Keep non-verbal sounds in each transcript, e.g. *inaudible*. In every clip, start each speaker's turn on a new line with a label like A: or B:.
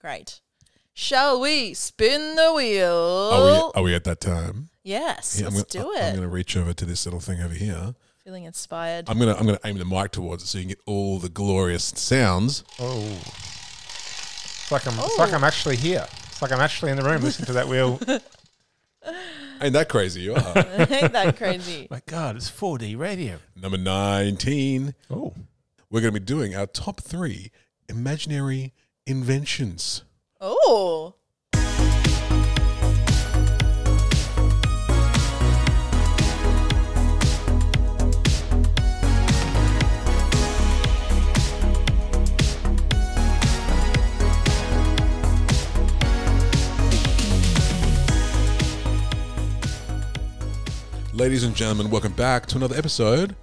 A: Great. Shall we spin the wheel?
B: Are we, are we at that time?
A: yes,
B: Oh, Yeah, I'm
A: let's
B: gonna,
A: do
B: I-
A: it.
B: I'm going to reach over to this little thing over here.
A: Feeling inspired.
B: I'm going to I'm going to aim the mic towards it so you can get all the glorious sounds.
C: Oh. It's like I'm, it's like I'm actually here. It's like I'm actually in the room listening to that wheel.
B: Ain't that crazy?
A: *laughs*
B: You are
A: *laughs* Ain't that crazy?
C: *laughs* My God, it's 4D radio.
B: number nineteen.
C: Oh.
B: We're going to be doing our top three imaginary inventions.
A: Oh,
B: Ladies and gentlemen, welcome back to another episode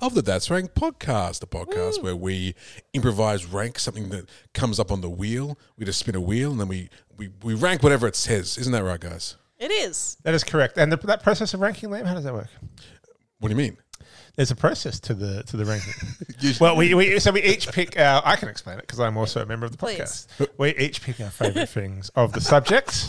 B: of the That's Rank podcast, the podcast where we improvise rank something that comes up on the wheel. We just spin a wheel and then we, we, we rank whatever it says. Isn't that right, guys?
A: it is.
C: That is correct. And the, that process of ranking, Liam, how does that work?
B: What do you mean?
C: There's a process to the to the *laughs* ranking. well, we, we so we each pick our. I can explain it because I'm also a member of the
A: Please.
C: podcast. We each pick our favorite things of the subjects,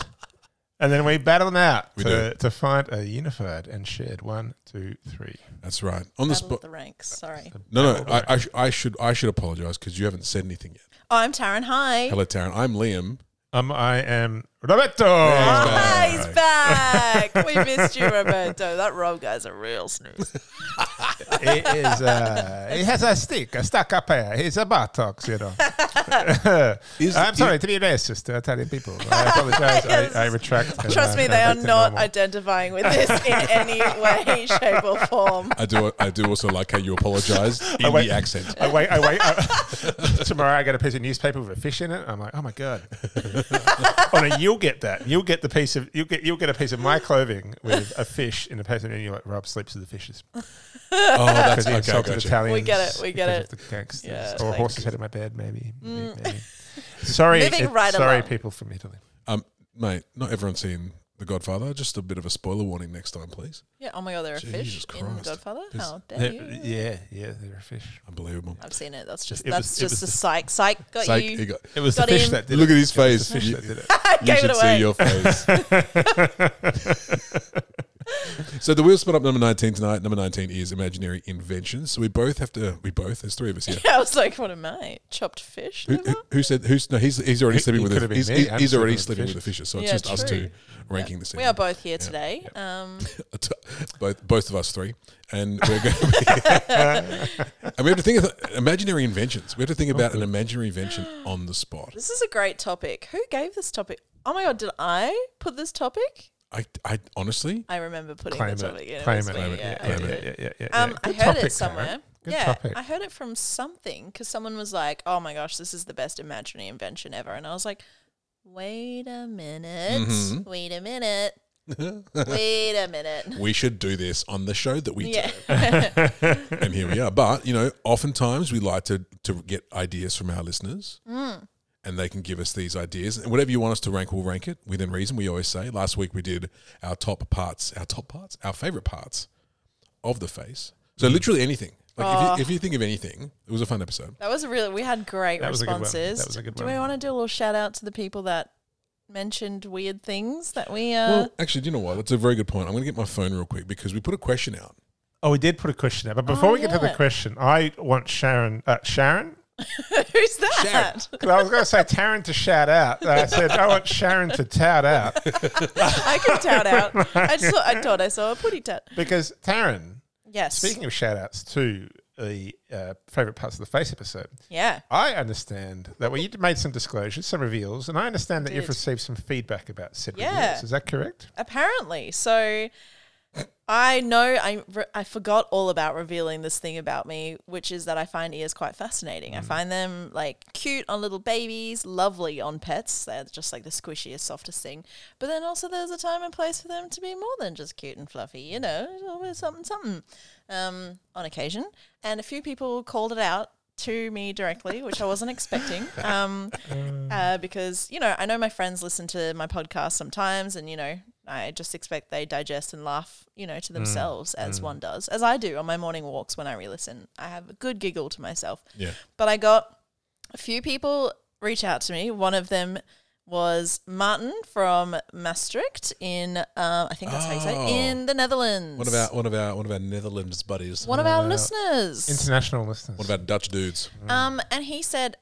C: and then we battle them out
B: We
C: to, to find a unified and shared one, two, three.
B: That's right. On
A: Battle
B: the
A: of
B: spot.
A: the ranks. Sorry.
B: No, no. I, I, sh- I should I should apologize because you haven't said anything yet.
A: I'm Taryn. Hi.
B: Hello, Taryn. I'm Liam.
C: Um, I am Roberto.
A: Ah, he's back. we missed you, Roberto. That Rob guy's a real snooze.
C: He is. Uh, he has a stick, a stuck up here. He's a buttocks, you know.
B: Is,
C: I'm sorry to be racist. I tell you, people. I apologize.
A: *laughs* Yes.
C: I, I retract. and uh,
A: Trust
C: I
A: me,
C: go
A: they are
C: back to
A: not
C: normal.
A: identifying with this in any way, shape, or form.
B: I do. I do also like how you
C: *laughs*
B: apologise in
C: Oh, wait.
B: the accent.
C: I wait. I wait. I, *laughs* tomorrow I get a piece of newspaper with a fish in it. I'm like, oh my god. oh no, you'll get that. You'll get the piece of you'll get you'll get a piece of my clothing with a fish in a piece, of, and you're like, Rob sleeps with the fishes
B: Oh, that's
C: because he
B: okay. I
C: insulted
B: gotcha.
C: Italians.
A: We get it, we get it.
C: because of The gangsters.
A: Yeah,
C: or
A: thanks.
C: a horse's head in my bed, maybe. maybe,
A: *laughs*
C: maybe. sorry,
A: Moving
C: it-
A: right
C: sorry,
A: along.
C: people from Italy.
B: Um, mate, not everyone's seen The Godfather. Just a bit of a spoiler warning next time, please.
A: Yeah. Oh my God, there are fish
B: Jesus
A: in
B: Christ.
A: Godfather.
B: This-
A: How dare
C: They're-
A: you?
C: yeah, yeah, they're a fish.
B: Unbelievable.
A: I've seen it. That's just
C: It was-
A: that's
C: it was
A: just a
C: the-
A: psych. Psych got
B: Psych, he
A: *laughs* you.
B: got-
C: It was
A: Got
C: the fish
A: him.
C: that did
B: look
C: it.
B: at his face.
C: Fish
B: You,
C: that did it.
B: you
A: Gave
B: should
A: it
B: see
A: away.
B: your
A: *laughs*
B: face. so the wheel split up number nineteen tonight. Number nineteen is imaginary inventions. So we both have to. We both. There's three of us here.
A: *laughs* I was like, what am I? Chopped fish?
B: Who,
A: liver?
B: who, who said? Who's no? He's he's already
C: It-
B: sleeping
C: it
B: with
C: could
B: the,
C: have been
B: he's,
C: me.
B: he's,
C: I'm
B: he's already sleeping
C: sleeping with
B: with the fishes. So it's
A: Yeah,
B: just us
A: true.
B: two ranking this.
A: we are both here today. Um,
B: both both of us three, and we're going. to
A: *laughs*
B: be *laughs* And we have to think of imaginary inventions. We have to think about
C: Oh,
B: an imaginary invention on the spot.
A: this is a great topic. Who gave this topic? Oh my god, did I put this topic?
B: I I honestly
A: I remember putting
C: Claim
A: the topic in.
C: it. Claim
A: was
C: it.
A: me,
C: Claim it.
A: yeah, I
C: Yeah,
A: did.
C: yeah, yeah, yeah, yeah.
A: Um, I
C: Good
A: heard
C: topic,
A: it somewhere.
C: Karen. Good
A: yeah,
C: topic.
A: I heard it from something because someone was like, "Oh my gosh, this is the best imaginary invention ever," and I was like, "Wait a minute,
C: Mm-hmm.
A: wait a minute,
C: *laughs*
A: wait a minute."
B: we should do this on the show that we
A: Yeah,
B: do, and here we are. But you know, oftentimes we like to to get ideas from our listeners.
A: Mm.
B: And they can give us these ideas. And whatever you want us to rank, we'll rank it within reason. We always say. Last week we did our top parts, our top parts, our favorite parts of the face.
A: Mm.
B: So literally anything. Like
A: Oh.
B: if, you, if you think of anything, it was a fun episode.
A: that was a really we had great
C: That was a good one.
A: responses.
C: That was a good
A: do we
C: one.
A: want to do a little shout out to the people that mentioned weird things that we uh?
B: Well, actually, do you know what? That's a very good point. I'm going to get my phone real quick because we put a question out.
C: Oh, we did put a question out, but before
A: Oh,
C: we get to the
A: yeah. question,
C: question, I want Sharon, uh, Sharon,
A: *laughs* who's that?
C: because I was going to say Taryn to shout out. and I said I want Sharon to tout out
A: I can tout
C: *laughs*
A: out. I just saw, I thought I saw a putty tat.
C: because Taryn.
A: Yes.
C: Speaking of shout outs to the uh, favorite parts of the face episode,
A: Yeah.
C: I understand that well, you made some disclosures, some reveals, and I understand that you've
A: Did.
C: received some feedback about said
A: Yeah.
C: reveals. Is that correct?
A: Apparently. So I know I, re- I forgot all about revealing this thing about me, which is that I find ears quite fascinating. I find them like cute on little babies, lovely on pets. They're just like the squishiest, softest thing. But then also there's a time and place for them to be more than just cute and fluffy, you know, there's always something, something um, on occasion. And a few people called it out to me directly, which I wasn't expecting. Um, uh, because you know I know my friends listen to my podcast sometimes, and you know I just expect they digest and laugh, you know, to themselves as one does, as I do on my morning walks when I re-listen. I have a good giggle to myself.
B: Yeah.
A: But I got a few people reach out to me. One of them was Martin from Maastricht in, um, I think that's how you say
B: Oh.
A: it, in the Netherlands.
B: One of our one of our one of our Netherlands buddies.
A: one of our listeners.
C: International listeners.
B: One of our Dutch
A: *laughs*
B: dudes.
A: Um, and he said,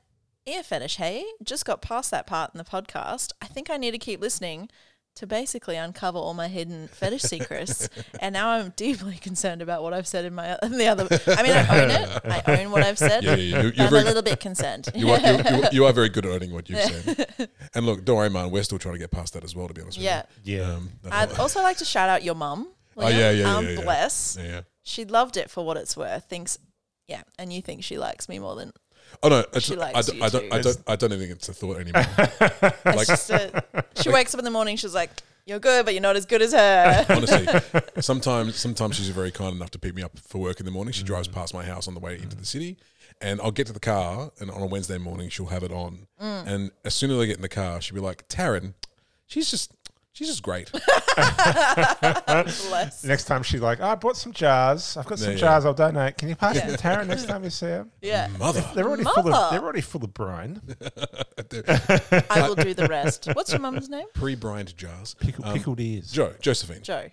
A: "Ear fetish, hey, just got past that part in the podcast. I think I need to keep listening to basically uncover all my hidden fetish
B: *laughs*
A: secrets. And now I'm deeply concerned about what I've said in my in the other. I mean, I own it.
B: *laughs*
A: I own what I've said.
B: Yeah, yeah, you-
A: but
B: you're
A: I'm
B: very-
A: a little bit concerned.
B: *laughs* You are, you, you, you are very good at owning what you've said. And look, don't worry, man. We're still trying to get past that as well. To be
A: *laughs*
B: honest
A: yeah.
B: with you.
C: yeah.
B: Um, that-
A: I'd also like to shout out your mum.
B: Oh, yeah,
A: Liam.
B: yeah,
A: Um,
B: yeah, yeah.
A: Bless.
B: yeah.
A: She loved it for what it's worth. Thinks, yeah, and you think she likes me more than
B: Oh no, it's,
A: She
B: I,
A: likes
B: don't,
A: you
B: I don't.
A: too.
B: I don't. I don't even think it's a thought anymore.
A: it's
B: *laughs* *laughs* Like-
A: just a, she wakes up in the morning. She's like, "You're good, but you're not as good as her."
B: *laughs* Honestly, sometimes sometimes she's very kind enough to pick me up for work in the morning. She drives past my house on the way into the city, and I'll get to the car, and on a Wednesday morning she'll have it on,
A: Mm.
B: and as soon as I get in the car, she'll be like, "Taryn, she's just she's just great."
A: Bless.
C: Next time she's like, "Ah, I bought some jars. I've got some
B: Yeah, yeah.
C: jars. I'll donate. Can you pass them
A: *laughs*
C: to Tara next time you see her?
A: Yeah,
B: Mother,
C: They're already full of.
A: Mother.
C: They're already full of brine.
A: I will do the rest. What's your mum's name?
B: pre-brined jars.
C: Pickle, pickled ears.
B: Um, Jo, Josephine. *laughs*
A: Joe.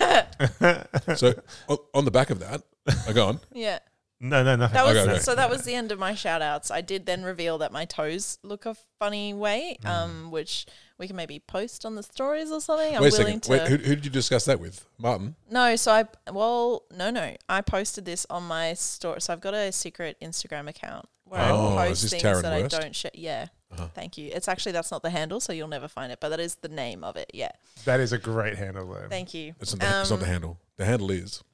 B: Uh, So o- on the back of that, I go on.
A: *laughs* yeah.
C: No, no, nothing.
A: That was
B: Okay, okay.
A: so that was the end of my shout outs. I did then reveal that my toes look a funny way,
B: Mm.
A: um, which we can maybe post on the stories or something. *laughs* I'm
B: Wait a
A: willing
B: second.
A: to
B: Wait, who, who did you discuss that with? Martin.
A: No, so I well, no, no. I posted this on my story. So I've got a secret Instagram account where
B: Oh,
A: I
B: is
A: post
B: this
A: things
B: Taryn Uh-huh.
A: that
B: Wurst?
A: I don't share. Yeah. Thank you. It's actually that's not the handle, so you'll never find it, but that is the name of it. Yeah.
C: that is a great handle, though.
A: Thank you.
B: Uh, It's not, the, it's
A: Um,
B: not the handle. The handle is.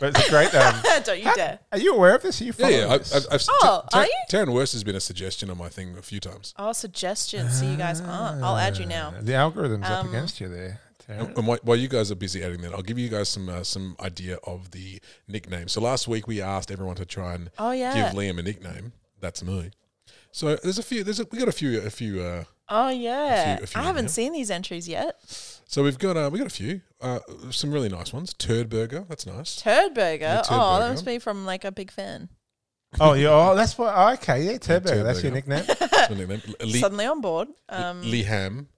C: But it's a great.
A: *laughs*
C: Um,
A: don't you dare.
C: are you aware of this? Are you
B: Yeah,
C: following
B: yeah. I,
C: this?
B: I've, I've,
A: Oh, are you?
B: Taryn Worst has been a suggestion on my thing a few times.
A: Oh, suggestions. So you guys aren't. I'll add you now.
C: the algorithm's
A: Um,
C: up against you there. Tara.
B: And while, while you guys are busy adding that, I'll give you guys some uh, some idea of the nickname. So last week we asked everyone to try and
A: Oh yeah.
B: give Liam a nickname. That's me. So there's a few. There's a, we got a few. A few. Uh,
A: Oh yeah.
B: a few
A: I
B: in
A: haven't
B: there.
A: seen these entries yet.
B: so we've got uh, we got a few. Uh, some really nice ones. Turd burger. That's nice.
A: Turd burger.
B: turd
A: Oh, that
B: burger.
A: must be from like a big fan.
C: oh, yeah. Oh, that's what. Oh, okay, yeah, Turbo. that's your
A: *laughs*
B: Turbo.
C: nickname.
B: That's my nickname. Lee,
A: Suddenly on board. Um,
B: Lee Ham.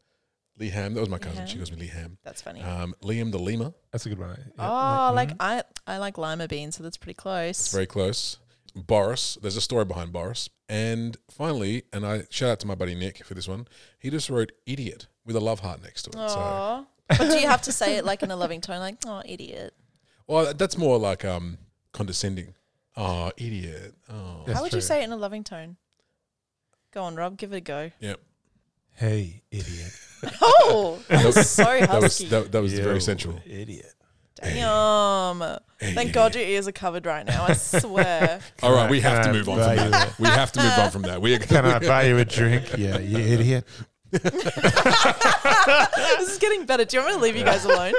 B: Lee Ham. That was my cousin.
A: Ham.
B: She calls me Lee Ham.
A: that's funny.
B: Um, Liam the Lima.
C: That's a good one. Yeah.
A: oh, like I I like lima beans, so that's pretty close.
B: Very close. Boris, there's a story behind Boris. And finally, and I shout out to my buddy Nick for this one. He just wrote idiot with a love heart next to it. So,
A: Aw. But do you have to say it like in a loving tone, like "oh, idiot"?
B: well, that's more like um condescending. Oh, idiot. Oh.
C: That's
A: How would you
C: true.
A: say it in a loving tone? Go on, Rob, give it a go. *laughs*
B: Yep.
C: Hey, idiot.
A: Oh, that was so
B: That was
A: husky.
B: that, that was
C: You
B: very sensual.
C: Idiot.
A: Damn. Thank God your ears are covered right now. I swear.
B: All right, we
C: Can I-
B: have to
A: Uh,
C: can I
B: move on
C: buy
B: from
C: you
B: that. We have to move on from that. We
C: Can I buy you a drink? Yeah, *laughs* you idiot.
A: this is getting better. Do you want me to leave you guys alone?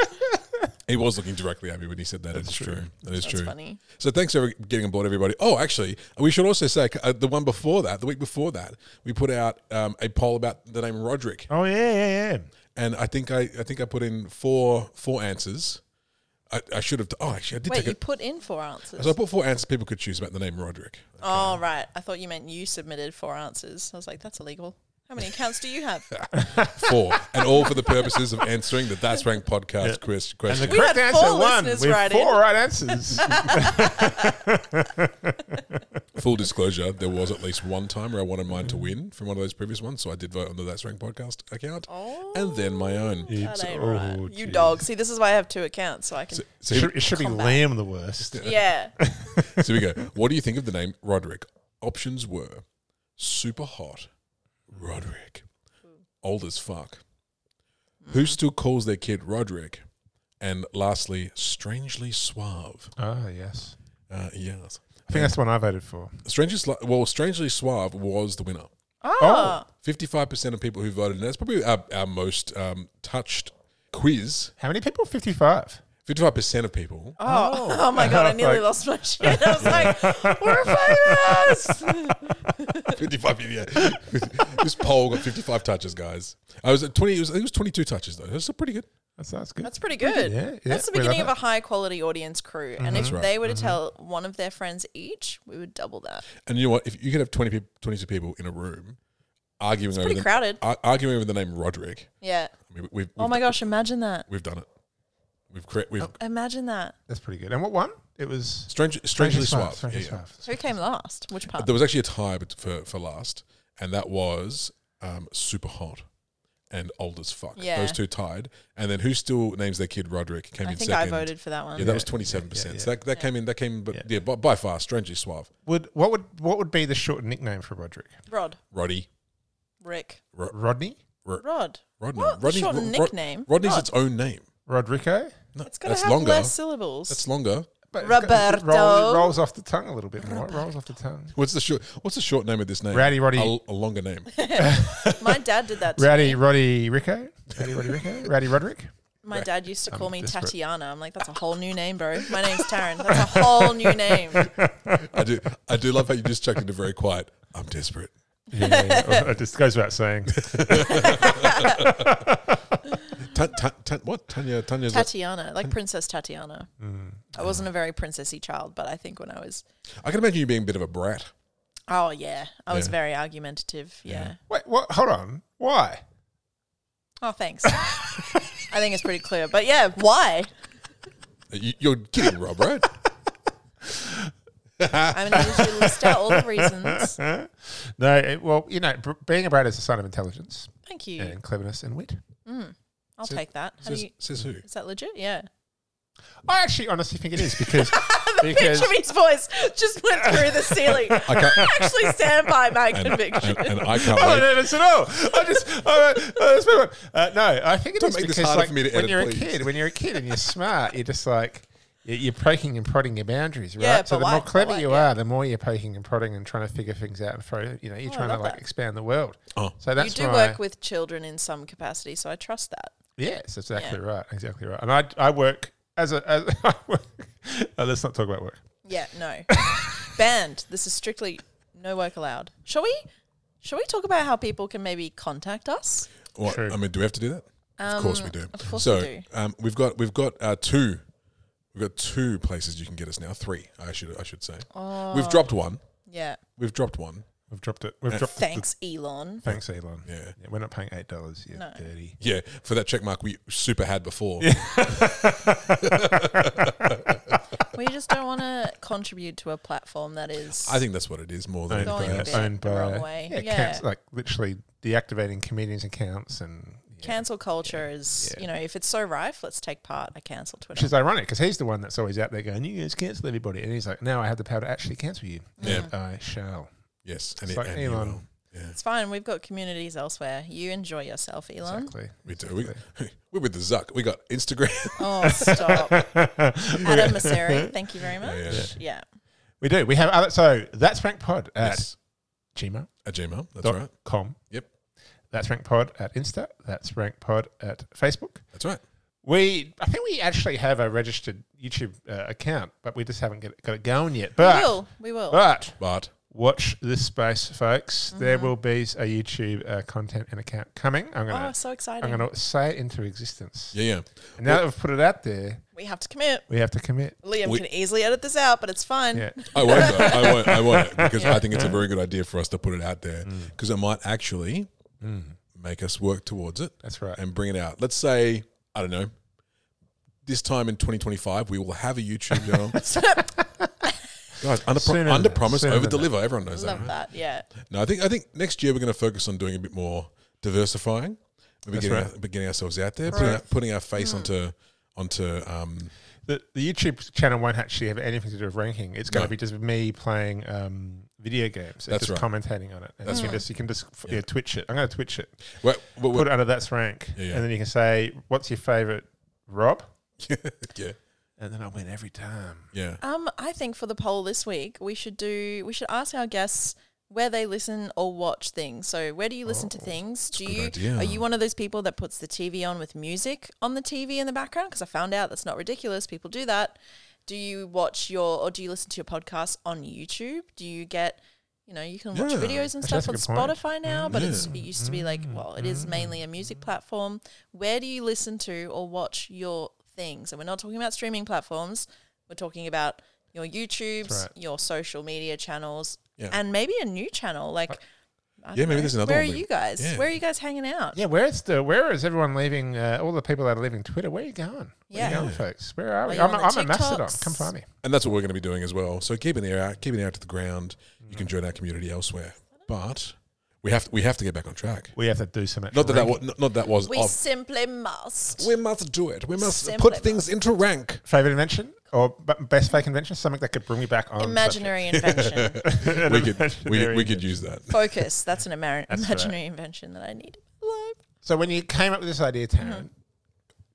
B: He was looking directly at me when he said that. That's true. That is
A: That's
B: true.
A: funny.
B: So thanks for getting on board, everybody. Oh, actually, we should also say uh, the one before that, the week before that, we put out um, a poll about the name Roderick,
C: Oh yeah, yeah, yeah.
B: and I think I, I think I put in four four answers. I, I should have. Oh, actually, I did
A: Wait, you
B: take
A: put in four
B: it.
A: answers.
B: So I put four answers people could choose about the name Roderick.
A: Oh, right. I thought you meant you submitted four answers. I was like, that's illegal. How many accounts do you have?
B: Four, and all for the purposes of answering the That's Rank podcast quiz question.
A: We had four listeners
C: with
A: write in.
C: four right
A: *laughs*
C: answers.
B: Full disclosure: there was at least one time where I wanted mine to win from one of those previous ones, so I did vote on the That's Rank podcast account, and then my own.
A: That ain't
C: oh,
A: right. You
C: geez.
A: dog. See, this is why I have two accounts, so I can.
B: So
C: it
B: here-
C: *laughs* should, it should be Liam the worst.
A: *laughs* yeah.
B: So we go. What do you think of the name Roderick? Options were super hot, Roderick, old as fuck, who still calls their kid Roderick, and lastly, strangely suave.
C: Ah, yes.
B: Uh, yes,
C: I think that's the one I voted for.
B: strangely sli- well, strangely suave was the winner.
A: Oh.
B: Fifty-five percent of people who voted, and that's probably our, our most um, touched quiz.
C: How many people? Fifty-five.
B: Fifty-five percent of people.
A: Oh, *laughs* oh my god! I nearly lost my shit. I was like, "We're famous."
B: *laughs* Fifty-five. Yeah, *laughs* this poll got fifty-five touches, guys. I was at twenty. It was, I think it was twenty-two touches though. That's still pretty good.
C: That's that's good.
A: That's pretty good.
C: Yeah, yeah,
A: That's the
C: we love
A: beginning of
C: that.
A: a high quality audience crew. And if
B: right.
A: they were to tell one of their friends each, we would double that.
B: And you know what? If you could have 20 peop 22 people in a room, arguing over
A: pretty
B: the,
A: crowded.
B: ar- arguing over the name Roderick.
A: Yeah.
B: I mean, we've,
A: Oh
B: we've-
A: my gosh, imagine that.
B: we've done it. We've cre- we've
A: Imagine that.
C: That's pretty good. And what one? It was
B: strange, strangely suave.
C: Strangely
B: Yeah, yeah.
C: Suave.
A: Who came last? Which part?
B: There was actually a tie bet- for for last, and that was um, super hot and old as fuck.
A: Yeah.
B: Those two tied, and then who still names their kid Roderick came
A: I
B: in
A: think I
B: second.
A: voted for that one.
B: Yeah, that was twenty seven
C: Yeah,
B: percent.
C: yeah,
B: So that, that came in. That came, but yeah,
C: Yeah.
B: by, by far, strangely suave.
C: Would what would what would be the short nickname for Roderick?
A: Rod.
B: Roddy,
A: Rick.
C: Rodney?
A: Rod.
B: Rodney,
A: What?
B: Rodney,
A: Short
B: Rod- Rod-
A: nickname?
B: Rodney's
A: Rod.
B: its own name.
C: Rodrigo?
B: No,
A: It's got to
B: that's
A: have
B: longer.
A: less syllables.
B: That's longer.
C: But it's got- it
A: Roberto.
C: rolls, rolls off the tongue a little bit more. It rolls off the tongue.
B: What's the short? What's the short name of this name?
C: Rowdy Roddy.
B: A, a longer name.
A: *laughs* My dad did that. To
C: Rowdy Roddy Rico? Rowdy Roddy Rico? Rowdy Roderick?
A: My dad used to call me
C: desperate.
A: Tatiana. I'm like, that's a whole new name, bro. My name's Taryn. That's a whole
B: *laughs*
A: new name.
B: I do. I do love how you just chucked into very quiet. I'm desperate.
C: Yeah, yeah, yeah. *laughs* it just goes without saying.
B: Ta- ta- ta- what Tanya? Tanya's
A: Tatiana, like Princess Tatiana.
B: Mm.
A: I wasn't a very princessy child, but I think when I was,
B: I can imagine you being a bit of a brat.
A: oh yeah, I was
B: Yeah.
A: very argumentative. Yeah.
C: Wait, what? Hold on. Why?
A: Oh, thanks. I think it's pretty clear. But yeah, why?
B: You, you're kidding, Rob,
A: *laughs*
B: right?
A: I mean, I usually list out all the reasons.
C: No, it, well, you know, br- being a brat is a sign of intelligence
A: Thank you.
C: and cleverness and wit.
A: I'll
B: So-
A: take that. How do
B: says,
A: you,
B: says who?
A: is that legit? Yeah.
C: I actually honestly think it is because because
A: *laughs* Jimmy's voice just went through the
B: *laughs*
A: ceiling. I *laughs*
B: I can't,
A: actually stand by my
B: and,
A: conviction.
B: and, and I can't
A: Oh,
C: I don't
B: wait.
C: know this at all. I just, uh, I, I just uh, no, I think it
B: Don't
C: is
B: make this
C: because
B: harder
C: like,
B: for me to
C: when
B: edit,
C: you're
B: please.
C: a kid, when you're a kid and you're smart, you're just like you're, you're poking and prodding your boundaries, right?
A: Yeah,
C: so
A: but
C: the
A: why-
C: more
A: but
C: clever
A: why,
C: you
A: yeah.
C: are, the more you're poking and prodding and trying to figure things out and throw. You know, you're
A: Oh, I
C: trying to
A: love
C: like
A: that.
C: expand the world.
B: Oh.
C: So that's
A: you do
C: why-
A: work with children in some capacity, so I trust that.
C: Yes, that's exactly right. Exactly right. And I, I work as a. As, *laughs* I work, uh, let's not talk about work.
A: Yeah, no. *laughs* Banned. This is strictly no work allowed. Shall we? Shall we talk about how people can maybe contact us?
B: What,
C: True.
B: I mean, do we have to do that? of course we do.
A: Um, of course
B: so
A: we do.
B: Um, we've got we've got uh, two we've got two places you can get us now. Three, I should I should say.
A: Oh,
B: We've dropped one.
A: Yeah.
B: We've dropped one.
C: We've dropped it. We've dropped.
A: Thanks, Elon.
C: The, thanks, Elon.
B: Yeah.
C: Yeah, we're not paying eight dollars. Yeah, dirty.
B: Yeah, for that check mark we super had before.
A: We just don't want to contribute to a platform that is.
B: I think that's what it is more than
C: Owned
A: Going a
B: anything else.
C: by,
A: bit
C: owned
A: the
C: by-
A: wrong way.
C: Yeah,
A: Yeah.
C: Accounts, like literally deactivating comedians' accounts, and yeah.
A: Cancel culture is, you know, if it's so rife, let's take part. I cancel Twitter.
C: which is ironic because he's the one that's always out there going, "You guys cancel everybody," and he's like, "Now I have the power to actually cancel you."
B: Yeah.
C: I shall.
B: Yes, and, it,
C: It's like
B: and you
C: Elon.
B: will. Yeah,
A: it's fine. We've got communities elsewhere. You enjoy yourself, Elon.
C: Exactly.
B: we do. We, *laughs* we're with the Zuck. We got Instagram.
A: Oh,
B: *laughs*
A: stop. Adam Masseri, thank you very much.
B: yeah.
A: Yeah.
C: We do. We have other. So that's Rank Pod at
B: yes.
C: gmail
B: At Gmail. That's
C: dot
B: right.
C: com.
B: Yep.
C: That's Rank Pod at Insta. That's Rank Pod at Facebook.
B: That's right.
C: We, I think we actually have a registered YouTube uh, account, but we just haven't get, got it going yet. But
A: We will. We will.
C: but
B: But
C: watch this space, folks. There will be a YouTube uh, content and account coming. I'm
A: Oh,
C: gonna
A: so
C: I'm
A: exciting.
C: *laughs* gonna say it into existence.
B: yeah, yeah.
C: And now that we've put it out there,
A: we have to commit.
C: we have to commit.
A: Liam
B: We-
A: can easily edit this out, but it's fine. *laughs*
C: Yeah,
B: I won't. Though. I won't. I
C: *laughs*
B: won't because I think it's a very good idea for us to put it out there
C: Mm.
B: because it might actually make us work towards it
C: that's right.
B: and bring it out. Let's say I don't know. This time in 2025, we will have a YouTube
C: *laughs*
B: channel. Guys, under,
C: Sooner
B: pro-
C: than
B: under
C: that.
B: promise,
C: Sooner than
B: over deliver. Everyone knows that.
A: Love
B: right?
A: that. Yeah.
B: No, I think I think next year we're going to focus on doing a bit more diversifying, maybe getting,
C: right. Mm.
B: our, but getting ourselves out there, putting,
A: right.
B: our, putting our face onto onto um,
C: The, the YouTube channel won't actually have anything to do with ranking. It's going
B: No.
C: to be just me playing um, video games. and
B: That's
C: just
B: right.
C: commentating on it. And
B: That's
C: you can
B: right.
C: just you can just yeah, Twitch it. I'm going to Twitch it.
B: well, well,
C: Put it under that's rank,
B: Yeah, yeah.
C: and then you can say, "What's your favorite, Rob?"
B: *laughs* yeah,
C: And then I win every time.
B: yeah.
A: Um, I think for the poll this week, we should do we should ask our guests where they listen or watch things. So where do you listen to things? Do
B: Oh, a good
A: you
B: idea.
A: are you one of those people that puts the TV on with music on the TV in the background? Because I found out that's not ridiculous. People do that. Do you watch your or do you listen to your podcast on YouTube? Do you get you know, you can watch
B: Yeah.
A: videos and
C: Actually,
A: stuff on
C: that's a good point.
A: Spotify now, but it's,
B: Yeah. Mm-hmm.
A: it used to be like, well, it is mainly a music platform. Where do you listen to or watch your things? And we're not talking about streaming platforms. We're talking about your YouTubes,
C: That's right.
A: your social media channels,
B: Yeah.
A: and maybe a new channel. Like, I
B: Yeah,
A: don't
B: maybe
A: know.
B: there's another
A: Where
B: one
A: are
B: we-
A: you guys?
B: yeah.
A: Where are you guys hanging out?
C: Yeah, where's the where is everyone leaving? Uh, all the people that are leaving Twitter, where are you going? Where
A: Yeah.
C: are you going, folks? Where are we?
A: Are you
C: I'm,
A: on
C: a,
A: the
C: I'm a mastodon.
A: TikToks?
C: Come find me.
B: And that's what we're going to be doing as well. So keep an ear out, keep an ear out to the ground. You can join our community elsewhere, but we have to, we have to get back on track.
C: We have to do so much.
B: Not that that
C: ranking.
B: was, not that was
A: We
B: of-
A: simply must.
B: Oh. we must do it. We must
A: Simply
B: put things into rank.
C: favorite invention or b- best fake invention, something that could bring me back
B: *laughs*
C: on *laughs*
A: Imaginary invention.
C: subject.
B: We could we,
C: Imaginary
B: we could use that.
A: Focus. That's an Ameri-
C: That's right.
A: imaginary invention that I need. Oh, in my life.
C: So when you came up with this idea,
A: Mm-hmm.
C: Taryn,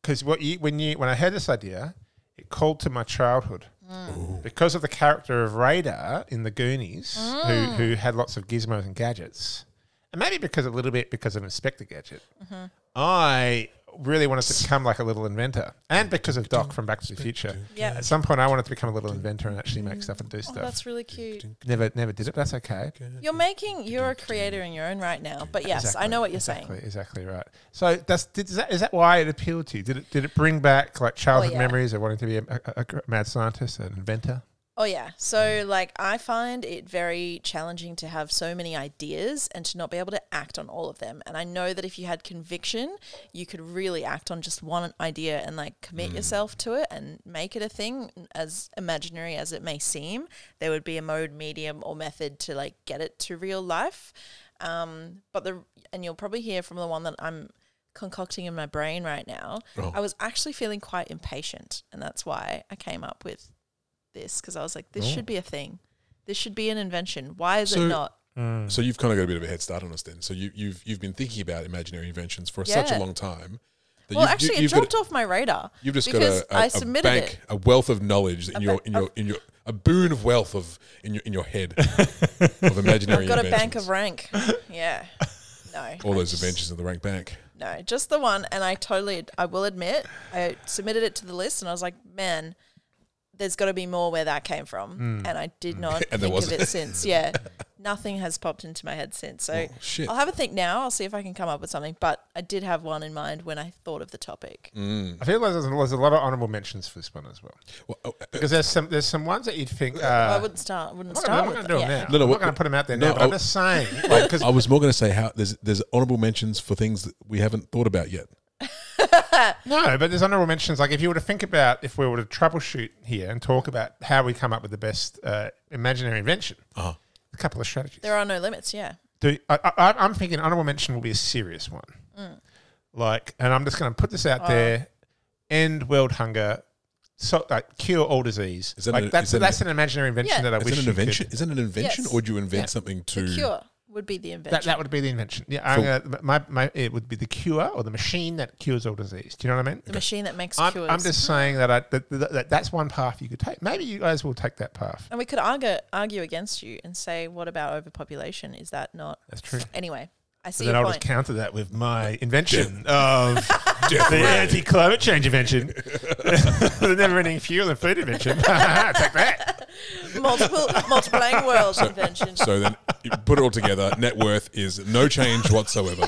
C: because what you when you when I heard this idea, it called to my childhood
A: Mm.
C: because of the character of Radar in the Goonies,
A: Mm.
C: who who had lots of gizmos and gadgets, and maybe because a little bit because of Inspector Gadget,
A: Mm-hmm.
C: I really wanted to become like a little inventor, and because of Doc from Back to the Future.
A: Yeah.
C: At some point, I wanted to become a little inventor and actually make stuff and do
A: Oh,
C: stuff.
A: that's really cute.
C: Never, never did it. But that's okay.
A: You're making. You're a creator in your own right now. But yes, I know what you're
C: exactly,
A: saying.
C: Exactly right. So that's did, is that is that why it appealed to you? Did it did it bring back like childhood
A: yeah.
C: memories of wanting to be a, a- a gr- mad scientist, an inventor?
A: Oh yeah. So like, I find it very challenging to have so many ideas and to not be able to act on all of them. And I know that if you had conviction, you could really act on just one idea and like commit yourself to it and make it a thing. As imaginary as it may seem, there would be a mode, medium, or method to like get it to real life. Um, but the and you'll probably hear from the one that I'm concocting in my brain right now.
B: Oh.
A: I was actually feeling quite impatient, and that's why I came up with this because I was like, this should be a thing. This should be an invention. Why is
B: Oh. So-
A: it not?
B: So you've kind of got a bit of a head start on us then. So you, you've you've been thinking about imaginary inventions for such a
A: Yeah.
B: long time. That
A: Well,
B: you've-
A: actually,
B: you've
A: it dropped
B: got,
A: off my radar.
B: You've just got
A: because
B: a, a,
A: I
B: a
A: submitted
B: bank,
A: it.
B: a wealth of knowledge in your
A: ba-
B: in your in your a boon of wealth of in your in
A: *laughs*
B: your head of imaginary.
A: I've got a bank
B: inventions.
A: of rank.
B: *laughs*
A: Yeah. No.
B: all
A: I
B: those
A: just-
B: adventures of the rank bank.
A: No, just the one. And I totally, I will admit, I submitted it to the list and I was like, man, there's got to be more where that came from. And I
B: *laughs*
A: did not
B: Hmm. And there
A: think of
B: wasn't.
A: it since.
B: *laughs*
A: Yeah. Nothing has popped into my head since. So
B: Oh, shit.
A: I'll have a think now. I'll see if I can come up with something. But I did have one in mind when I thought of the topic.
C: I feel like there's, there's a lot of honorable mentions for this one as well
B: Well, oh, uh,
C: because there's some there's some ones that you'd think. Uh,
A: I wouldn't start. I wouldn't
C: I'm
A: start
C: not
A: with
C: going to
A: that.
C: do them
A: yeah.
C: now.
B: No, no,
C: I'm
B: what-
C: not going to put them out there
B: no,
C: now. But I'm
B: I-
C: just saying, like, 'cause
B: uh, I was more going to say how there's there's honorable mentions for things that we haven't thought about yet.
C: No, but there's honorable mentions. Like if you were to think about if we were to troubleshoot here and talk about how we come up with the best uh, imaginary invention,
B: Uh-huh.
C: a couple of strategies.
A: There are no limits. Yeah.
C: Do, I, I, I'm thinking honorable mention will be a serious one.
A: Mm.
C: Like, and I'm just going to put this out there: end world hunger, so, like cure all disease.
B: Is that
C: like
B: an-
C: that's
B: is that an-
C: that's an imaginary invention
A: Yeah.
C: that I
B: Is
C: wish
B: it an
C: you could-
B: invention? Is it an invention,
A: Yes.
B: or do you invent something to?
A: The cure would be the invention.
C: That, that would be the invention. Yeah, I'm gonna, my, my, it would be the cure or the machine that cures all disease. Do you know what I mean?
A: the machine that makes
C: I'm,
A: cures.
C: I'm just saying that, I, that, that, that that's one path you could take. Maybe you guys will take that path.
A: and we could argue argue against you and say, what about overpopulation? Is that not?
C: That's true.
A: Anyway, I see
C: And then
A: your
C: I'll
A: point.
C: just counter that with my invention of *laughs* the anti-climate change invention, *laughs* the never-ending fuel and food invention. *laughs* Take that. *laughs*
A: Multiple multiplying worlds invention.
B: So then, you put it all together. Net worth is no change whatsoever.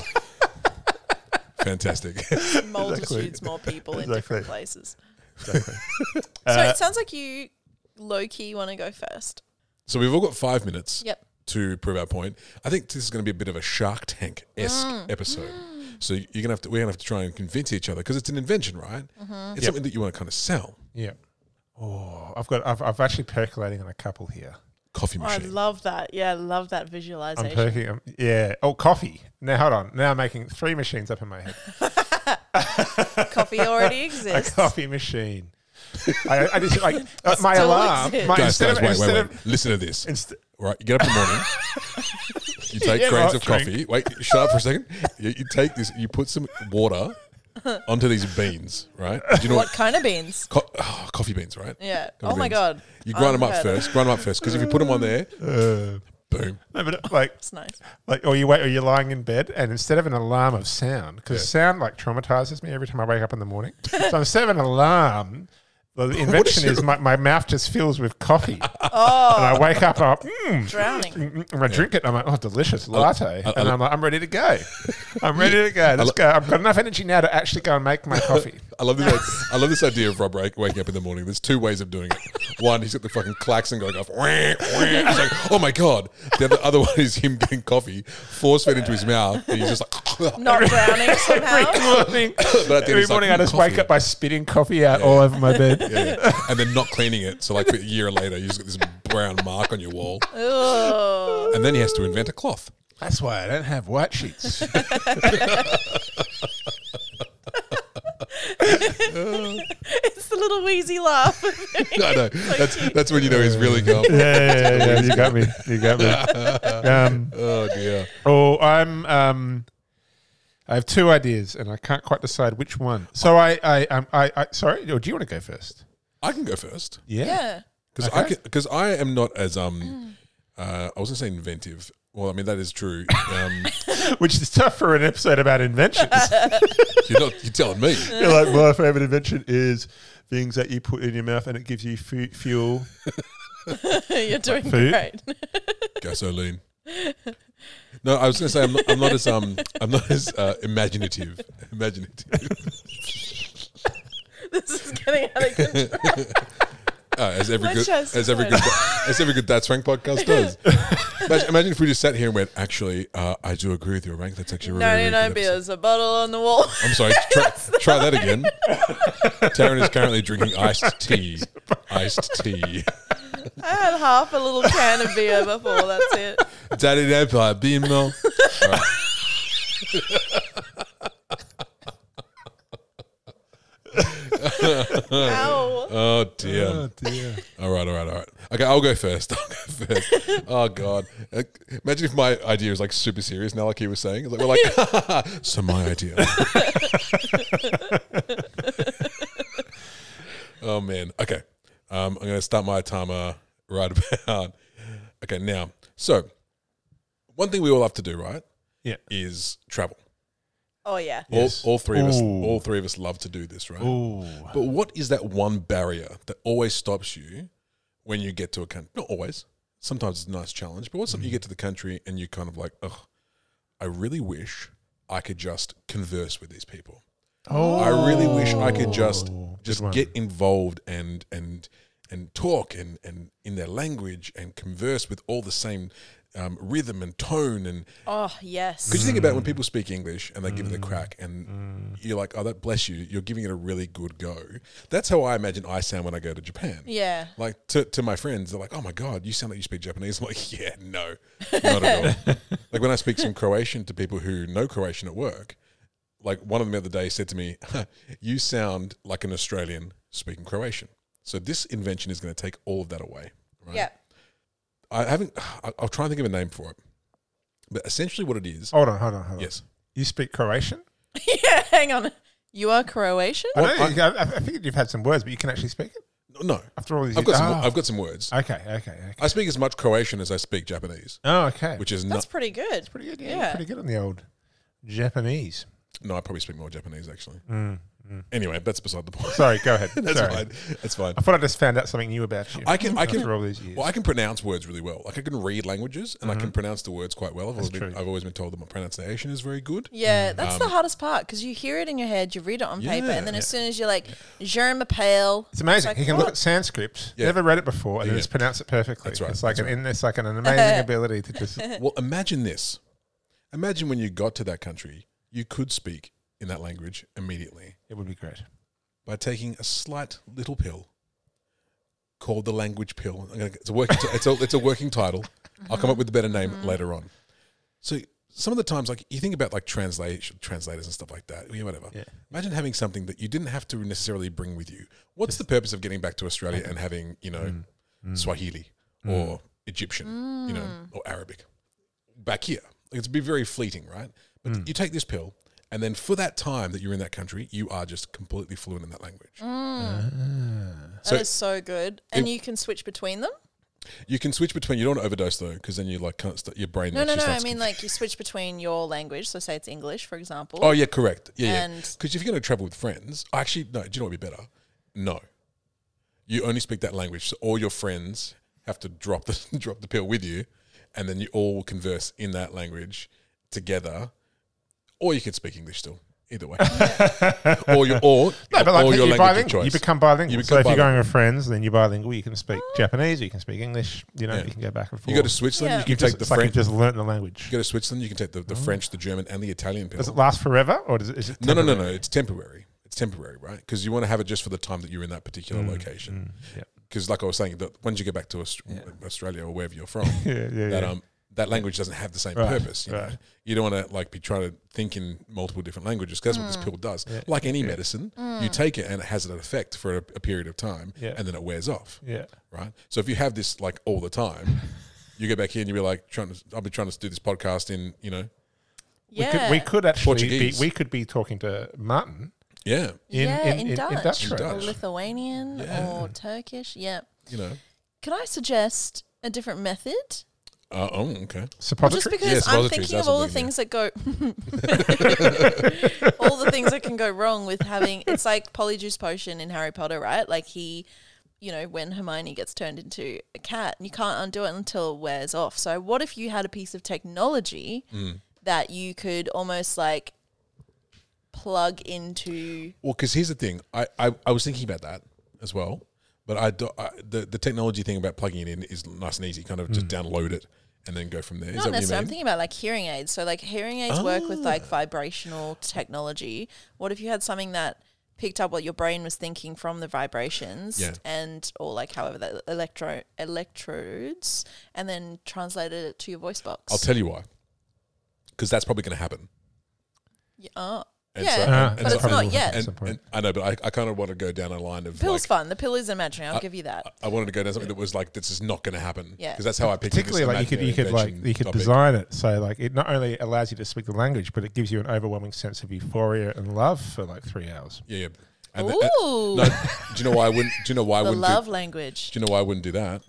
B: Fantastic. *laughs*
A: multitudes more people in
C: Exactly.
A: different places.
C: Uh,
A: so it sounds like you low key want to go first.
B: So we've all got five minutes.
A: Yep.
B: To prove our point, I think this is going to be a bit of a Shark Tank esque
A: Mm.
B: episode. So you're gonna have to, we're gonna have to try and convince each other because it's an invention, right?
A: Mm-hmm.
B: It's something that you want to kind of sell.
C: Yeah. Oh, I've got. I've, I've actually percolating on a couple here.
B: Coffee
A: I
B: machine.
A: love that. Yeah, I love that
C: I'm
A: visualization.
C: perking. I'm, yeah. Oh, coffee. Now hold on. Now I'm making three machines up in my head.
A: *laughs* Coffee already
C: A
A: exists.
C: coffee machine. I, I just like uh, my
A: Still
C: alarm.
A: exists.
C: My,
B: guys,
C: instead
B: guys,
C: of,
B: wait,
C: instead
B: wait,
C: of
B: wait. Listen to this.
C: inst-
B: All right, you get up in the morning. you take
C: Yeah,
B: grains
C: right,
B: of
C: drink.
B: coffee. Wait, shut up for a second. You, you take this. You put some water onto these beans, right? Do you know
A: What
B: what?
A: kind of beans?
B: Co- oh, coffee beans, right?
A: Yeah.
B: Coffee
A: oh my
B: beans.
A: god.
B: You grind them up
A: Unheard of.
B: first. Grind them up first, because if you put them on there, boom.
C: uh, No, but like,
A: It's nice.
C: like, or you wait, or you're lying in bed, and instead of an alarm of sound, because sound like traumatizes me every time I wake up in the morning. *laughs* so instead of an alarm, the invention is my, my mouth just fills with *laughs* coffee, and I wake up, I'm, mm,
A: Drowning.
C: mm, and I drink it, and I'm like, oh, delicious latte,
B: I- I-
C: *laughs* and I'm like, I'm ready to go, I'm ready to go, let's go. I've got enough energy now to actually go and make my coffee.
B: I I love this. I love this idea of Rob Rake waking up in the morning. There's two ways of doing it. One, he's got the fucking klaxon going off. Wah, wah. He's like, oh my god. Then the other one is him getting coffee force fed into his mouth, and he's just
A: *laughs*
B: like, *laughs*
A: Not *laughs* drowning somehow.
C: morning, *coughs*
B: But I think
C: *laughs* every
B: it's like "Mm,
C: morning I just wake
B: coffee.
C: up by spitting coffee out all over my *laughs* bed.
B: Yeah. and then not cleaning it. So like a year later, you just got this brown mark on your wall,
A: Ugh.
B: and then he has to invent a cloth.
C: That's why I don't have white *laughs* sheets.
A: It's the little wheezy laugh.
B: *laughs* I *laughs* know that's that's when you know he's really gone.
C: yeah, yeah, yeah, yeah, you got me. You got me. *laughs* Um,
B: Oh dear.
C: oh, I'm. Um, I have two ideas, and I can't quite decide which one. So I, I, um, I, I sorry. Or do you want to go first?
B: I can go first.
A: *laughs* yeah.
B: because I
C: Okay.
B: because I am not as um uh, I was gonna say inventive. Well, I mean that is true. Um, *laughs*
C: *laughs* Which is tough for an episode about *laughs* inventions.
B: you're not you're telling me.
C: You're like, my favorite invention is things that you put in your mouth and it gives you fu- fuel.
A: *laughs* You're doing
C: Food.
A: great. *laughs*
B: Gasoline. No, I was gonna say I'm not, I'm not as um I'm not as uh, imaginative. *laughs* Imaginative
A: this is getting out *laughs* of control.
B: uh, as every
A: My
B: good
A: chest
B: as every
A: hurt.
B: good as every good That's Frank podcast does. Imagine, imagine if we just sat here and went. Actually, uh, I do agree with you, Frank. That's actually a really, really good
A: 99
B: episode."
A: beers, a bottle on the *laughs* wall.
B: I'm sorry. Try, try that again. Taryn is currently drinking iced tea. Iced tea.
A: I had half a little can of beer before. That's *laughs* it.
B: Daddy Empire, Bimbo.
A: Ow.
B: Oh dear.
C: dear.
B: All right, all right, all right. Okay, I'll go first. *laughs* I'll go first. Oh god. Uh, Imagine if my idea was like super serious now, like he was saying. It's like we're
C: *laughs*
B: like, *laughs* so my idea. oh man. Okay. Um, I'm gonna start my timer right *laughs* about. Okay, now. So one thing we all have to do, right,
C: Yeah.
B: is travel.
A: Oh, yeah.
C: Yes.
B: All, all three of us,
C: Ooh.
B: all three of us love to do this, right?
C: Ooh.
B: But what is that one barrier that always stops you when you get to a country? Not always. Sometimes it's a nice challenge, but what's something you get to the country and you kind of like, ugh, I really wish I could just converse with these people.
C: Oh.
B: I really wish I could just just
C: one.
B: get involved and and and talk and and in their language and converse with all the same um, rhythm and tone and
A: Oh, yes.
B: because you think about when people speak English and they give it a crack, and you're like, "Oh, that bless you! You're giving it a really good go." That's how I imagine I sound when I go to Japan.
A: yeah.
B: Like to, to my friends, they're like, "Oh my god, you sound like you speak Japanese." *laughs* I'm like, "Yeah, no, not at all." like when I speak some Croatian to people who know Croatian at work, like one of them the other day said to me, *laughs* "You sound like an Australian speaking Croatian." So this invention is going to take all of that away. Right?
A: Yeah. *laughs*
B: I haven't. *sighs* I- I'll try and think of a name for it. But essentially, what it is,
C: Hold on, hold on, hold on.
B: yes.
C: You speak Croatian?
A: yeah. Hang on. You are Croatian?
C: I,
B: Well,
C: know you- I, I think you've had some words, but you can actually speak it
B: No,
C: after all these
B: I've got
C: years.
B: some.
C: Ah.
B: I've got some words.
C: Okay, okay, okay.
B: I speak as much Croatian as I speak Japanese,
C: Oh, okay.
B: which is
A: That's
B: not.
A: pretty good.
C: pretty good. Yeah,
A: Yeah.
C: pretty good on the old Japanese.
B: No, I probably speak more Japanese actually. Anyway, that's beside the point.
C: Sorry, go ahead.
B: *laughs* that's
C: Sorry.
B: fine. That's fine.
C: I thought I just found out something new about you.
B: I can. I
C: after all
B: can.
C: these years.
B: Well, I can pronounce words really well. Like I can read languages and I can pronounce the words quite well. I've always, been,
C: true.
B: I've always been told that my pronunciation is very good.
A: Yeah, that's the hardest part because you hear it in your head, you read it on paper,
B: Yeah.
A: and then as soon as you're like, Jerome Pale.
C: It's amazing.
A: like,
C: he can
A: what?
C: look at Sanskrit.
B: Yeah.
C: Never read it before, and then
B: Yeah.
C: just pronounce it perfectly.
B: That's right,
C: It's like
B: that's
C: an
B: *laughs*
C: it's like an, amazing ability to just.
B: Well, imagine this. Imagine when you got to that country, you could speak in that language immediately
C: It would be great.
B: by taking a slight little pill called the language pill. I'm gonna, it's a working. it's a it's a working title. I'll come up with a better name later on. So some of the times, like you think about like translation translators and stuff like that. Yeah, whatever.
C: Yeah.
B: Imagine having something that you didn't have to necessarily bring with you. What's the purpose of getting back to Australia and having you know Swahili or Egyptian, you know, or Arabic back here? Like it's be very fleeting, right? But you take this pill. And then for that time that you're in that country, you are just completely fluent in that language. so-
A: that is so good. And you can switch between them?
B: You can switch between. You don't want to overdose though, because then you like can't start your brain.
A: No, no,
B: actually
A: no. I
B: starts
A: mean,
B: conf-
A: like, you switch between your language. So, say it's English, for example.
B: Oh yeah, correct. Yeah, yeah.
A: And-
B: Because if you're going to travel with friends, actually, no. Do you know what would be better? No, you only speak that language, so all your friends have to drop the *laughs* drop the pill with you, and then you all converse in that language together. Or you could speak English still. Either
C: *laughs*
B: way, or your or,
C: No, but like
B: or your
C: you
B: language
C: bilingual,
B: of choice.
C: you become bilingual.
B: You
C: so
B: become
C: if
B: bilingual.
C: you're
B: Oh.
C: going with friends, then you're bilingual. You can speak Japanese, or you can speak English. You know,
B: Yeah.
C: you can go back and forth.
B: you go to Switzerland.
A: Yeah.
B: You
C: You
B: can
C: just,
B: take the
C: it's like
B: French.
C: you just Oh. learn the language.
B: you go to Switzerland. You can take the, the French, the German, and the Italian.
C: Does it
B: Pill.
C: last forever, or does it, is it
B: No, no, no, no. It's temporary. It's temporary, right? Because you want to have it just for the time that you're in that particular location.
C: Mm, yeah.
B: Because, like I was saying, that once you get back to Aust- Australia or wherever you're from,
C: Yeah, *laughs* yeah,
B: that
C: yeah.
B: um that language doesn't have the same
C: Right,
B: purpose. You, know?
C: right.
B: you don't want to like be trying to think in multiple different languages. 'cause That's what this pill does.
C: Yeah.
B: Like any medicine, you take it and it has an effect for a, a period of time,
C: Yeah.
B: and then it wears off.
C: Yeah.
B: Right. So if you have this like all the time, you go back here and you be like trying to. I'll be trying to do this podcast in you know
A: Yeah.
C: We, could, we could actually be,
B: Portuguese.
C: we could be talking to Martin
B: yeah
C: in,
A: yeah,
C: in, in, in Dutch,
B: In
C: right?
A: or
B: Dutch.
A: Lithuanian
B: Yeah.
A: or Turkish. Yeah.
B: you know.
A: Can I suggest a different method?
B: Uh, oh okay.
A: Well, just
C: Suppository.
A: because
B: Yes,
A: I'm
B: repositories,
A: thinking
B: that's
A: of all the
B: what I'm
A: things that go, *laughs*
B: *laughs*
A: all the things that can go wrong with having. It's like Polyjuice Potion in Harry Potter, right? Like he, you know, when Hermione gets turned into a cat, you can't undo it until it wears off. So what if you had a piece of technology
B: Mm.
A: that you could almost like plug into?
B: Well, because here's the thing. I, I I was thinking about that as well, but I, do, I the the technology thing about plugging it in is nice and easy. Kind of just
C: Mm.
B: download it and then go from there. Is
A: Not
B: that what you
A: necessarily. I'm
B: mean? Ah.
A: thinking about like hearing aids. So like hearing aids work with like vibrational technology. What if you had something that picked up what your brain was thinking from the vibrations
B: Yeah.
A: and or like however the electro electrodes and then translated it to your voice box?
B: I'll tell you why. Because that's probably going to happen.
A: Yeah, oh.
B: And
A: Yeah,
B: so-
C: Ah,
B: and
A: but
B: so-
A: it's not
C: and-
A: yet.
B: And, and I know, but I, I kind of want to go down a line of
A: Pill's
B: like,
A: fun. The pill is imaginary. I'll give you that.
B: I wanted to go down something that was like this is not going to happen.
A: Yeah.
B: because that's how I picture.
C: Particularly,
B: this
C: like you could, you
B: imaginary
C: could like
B: invention
C: you could
B: topic.
C: design it so like it not only allows you to speak the language, but it gives you an overwhelming sense of euphoria and love for like three hours.
B: Yeah, yeah. And the- and-
A: Ooh,
B: no, do you know why I wouldn't? Do you know why I
A: the
B: wouldn't?
A: love
B: Do,
A: language.
B: do you know why I wouldn't do that?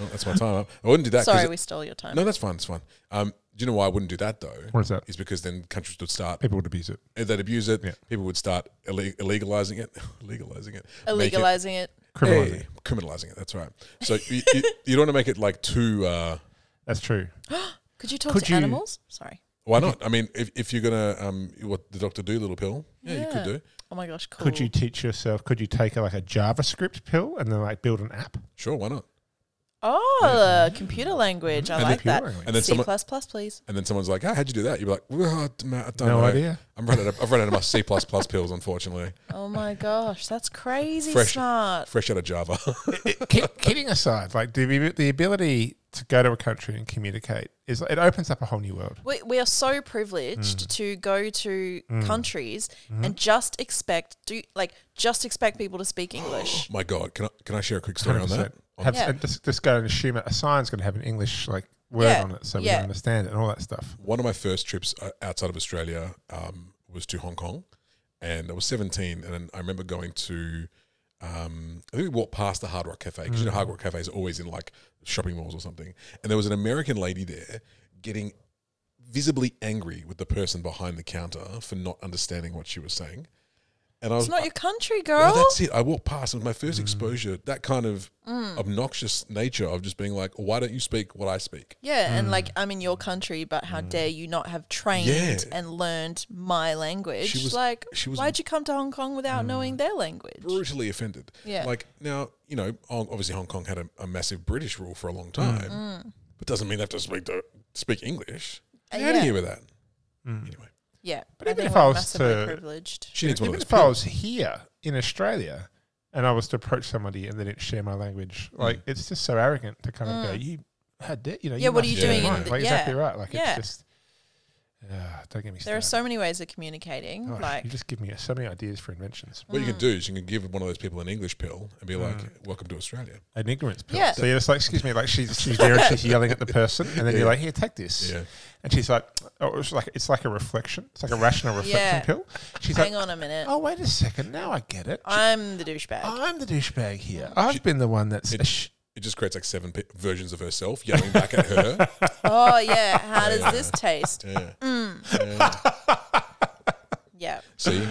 B: Oh, that's my time up. I wouldn't do that. 'cause
A: Sorry,
B: it-
A: we stole your time.
B: no, that's fine. It's fine. Um, do you know why I wouldn't do that though?
C: What is that?
B: Is because then countries would start
C: People would abuse it.
B: they'd abuse it.
C: Yeah.
B: People would start ille- illegalizing it, *laughs* legalizing it, make it-
A: Illegalizing it.
C: Criminalizing.
B: Hey, criminalizing it. That's right. So you, you, *laughs* you don't want to make it like too. Uh,
C: That's true.
A: Could you talk
C: Could
A: to
C: you-
A: animals? Sorry.
B: why not? I mean, if, if you're gonna um, what the Doctor Doolittle pill, yeah, you could
A: Yeah.
B: do.
A: Oh my gosh, cool.
C: Could you teach yourself? Could you take like a JavaScript pill and then like build an app?
B: Sure, why not?
A: Oh, computer language. I
B: And
A: like
C: computer
A: that.
C: language.
B: And then
A: C
B: someone-
A: plus plus, please.
B: And then someone's like, "Ah, how'd you do that?" You're like, well, I don't know. I don't
C: No
B: know.
C: idea.
B: I'm running. Out of, I've run out of my C plus plus pills, unfortunately.
A: Oh my gosh, that's crazy
B: Fresh.
A: smart.
B: Fresh out of Java.
C: Kid- Kidding aside, like the, abi- the ability to go to a country and communicate is it opens up a whole new world.
A: We, we are so privileged
B: Mm.
A: to go to countries
B: Mm-hmm.
A: and just expect do like just expect people to speak English.
B: *laughs* My God, can I can I share a quick story on that?
C: 100%. Have,
A: Yeah.
C: and just, just go and assume that a sign's going to have an English like word
A: Yeah,
C: on it, so we
A: yeah.
C: can understand it and all that stuff.
B: one of my first trips uh, outside of Australia um, was to Hong Kong, and I was 17, and I remember going to. Um, I think we walked past the Hard Rock Cafe because you know Hard Rock Cafe is always in like shopping malls or something, and there was an American lady there getting visibly angry with the person behind the counter for not understanding what she was saying, and I was
A: It's not your country, girl.
B: well, Oh, uh, that's it. I walked past. It was my first exposure. That kind of
A: Mm.
B: obnoxious nature of just being like, "Why don't you speak what I speak?"
A: yeah,
B: Mm.
A: and like I'm in your country, but how dare you not have trained
B: Yeah.
A: and learned my language?
B: She was-
A: like,
B: she was-
A: why'd you come to Hong Kong without knowing their language?
B: brutally offended.
A: Yeah.
B: Like now, you know, Hong- obviously Hong Kong had a, a massive British rule for a
A: Mm.
B: long time, but doesn't mean they have to speak to speak English.
A: Uh,
B: Get out of
A: yeah.
B: here with that.
C: Mm.
B: Anyway,
A: Yeah,
C: But
A: I
C: even
A: think
C: if
A: we're
C: I was
A: massively
C: to-
A: privileged.
B: she needs one of
C: Even
B: those.
C: if I
B: pills.
C: was here in Australia and I was to approach somebody and they didn't share my language, like it's just so arrogant to kind of go, Mm. you had it, you know,
A: Yeah, what are
C: must
B: you
C: be
B: doing in
C: Right.
A: the-
C: like, exactly
A: yeah.
C: right. Like
A: Yeah.
C: it's just, Ah, don't get me
A: There are
C: started.
A: so many ways of communicating.
C: Gosh, *laughs*
A: like,
C: you just give me so many ideas for inventions.
B: What you
A: Mm.
B: can do is you can give one of those people an English pill and be like,
C: Mm.
B: "Welcome to Australia."
C: An ignorance pill.
A: Yeah.
C: So you're just like, excuse me, like she's
A: *laughs*
C: she's there and she's yelling at the person, and then
B: Yeah.
C: you're like, here, take this.
B: Yeah.
C: And she's like, oh, it's like it's like a reflection. It's like a rational reflection
A: Yeah.
C: pill. She's
A: hang
C: like,
A: on a minute.
C: oh, wait a second, now I get it.
A: *laughs* I'm the douchebag.
C: I'm the douchebag here. I've been the one that's.
B: It- *laughs* It just creates like seven pe- versions of herself yelling back at
C: *laughs*
B: her.
A: oh yeah, how does this taste?
B: Yeah.
A: Yeah.
B: See,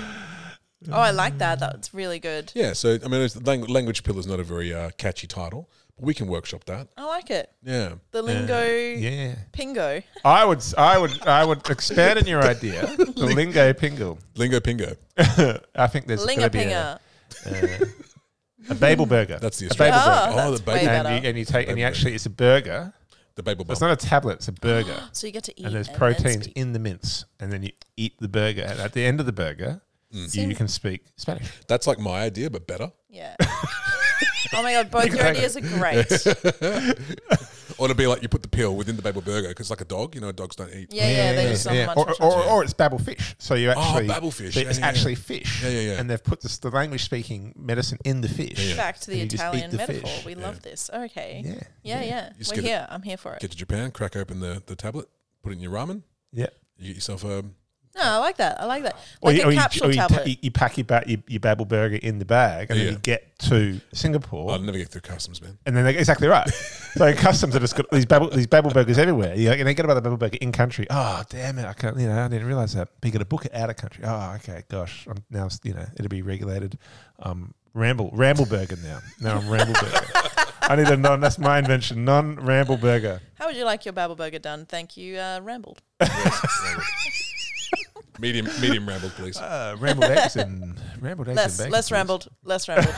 A: Oh, I like that. That's really good.
B: Yeah, so I mean, it's, lang- language pillar is not a very uh, catchy title, but we can workshop that.
A: I like it.
B: Yeah,
A: The lingo
C: Yeah.
A: pingo.
C: I would, s- I would, I would expand on your idea.
A: *laughs*
C: The lingo pingle.
B: lingo pingo.
C: I think there's
A: Linga
C: going to be a, uh,
A: pinga.
C: a Babel burger.
B: That's the
C: a
B: Australian-
C: Babel burger.
A: Oh, that's
B: the
A: way
B: baby-
A: better.
C: And you, and you take, and you
B: Babel
C: actually, it's a burger.
B: The Babel Bum.
C: It's not a tablet. It's
A: *gasps*
C: a burger. *laughs*
A: so you get to eat.
C: and there's
A: then
C: proteins
A: speak.
C: in the mince, and then you eat the burger. And at the end of the burger, you,
B: Mm.
A: Seems-
C: can speak Spanish.
B: That's like my idea, but better
A: Yeah. *laughs* oh my god, both your ideas are
C: *laughs*
A: great. Yeah,
B: or it'd be like you put the pill within the Babel burger because like a dog, you know, dogs don't eat.
A: yeah, they just not much.
C: Or,
A: of
C: or,
A: it.
C: or it's Babel fish. So you actually
B: Babel Oh, fish.
C: so
B: Yeah,
C: it's
B: yeah, yeah.
C: actually fish.
B: Yeah, yeah, yeah.
C: And they've put this, the language speaking medicine in the fish.
B: Yeah, yeah.
A: Back to the
C: And you just eat
A: Italian
C: the
A: metaphor.
C: fish.
A: We
B: Yeah.
A: love this. Okay.
C: Yeah.
A: Yeah, yeah.
B: just
A: We're
B: get it-
A: here. I'm here for it.
B: Get to Japan, crack open the, the tablet, put it in your ramen.
C: Yeah.
B: You get yourself um, a
A: No, I like that. I like that.
C: Or,
A: Like
C: you,
A: a
C: or, you,
A: capsule
C: or you,
A: tablet.
C: ta- you pack your, ba- your, your Babel burger in the bag, and
B: Yeah.
C: then you get to Singapore,
B: I'll never get through customs, man. *laughs*
C: and then they're exactly *laughs* right. so customs have just got these Babel, these Babel burgers everywhere. You know, and they get about the Babel burger in country. Oh damn it! I can't. You know, I didn't realize that. But you got to book it out of country. Oh okay, gosh. I'm now. You know, it'll be regulated. Um, ramble ramble burger now. Now I'm ramble *laughs* burger. I need a non. That's my invention. Non ramble burger.
A: How would you like your Babel Burger done? Thank you, uh, Rambled.
B: medium medium ramble, please.
C: Uh, rambled eggs and rambled eggs
A: Less,
C: and bacon.
A: less
C: please.
A: rambled, less
C: *laughs*
A: rambled.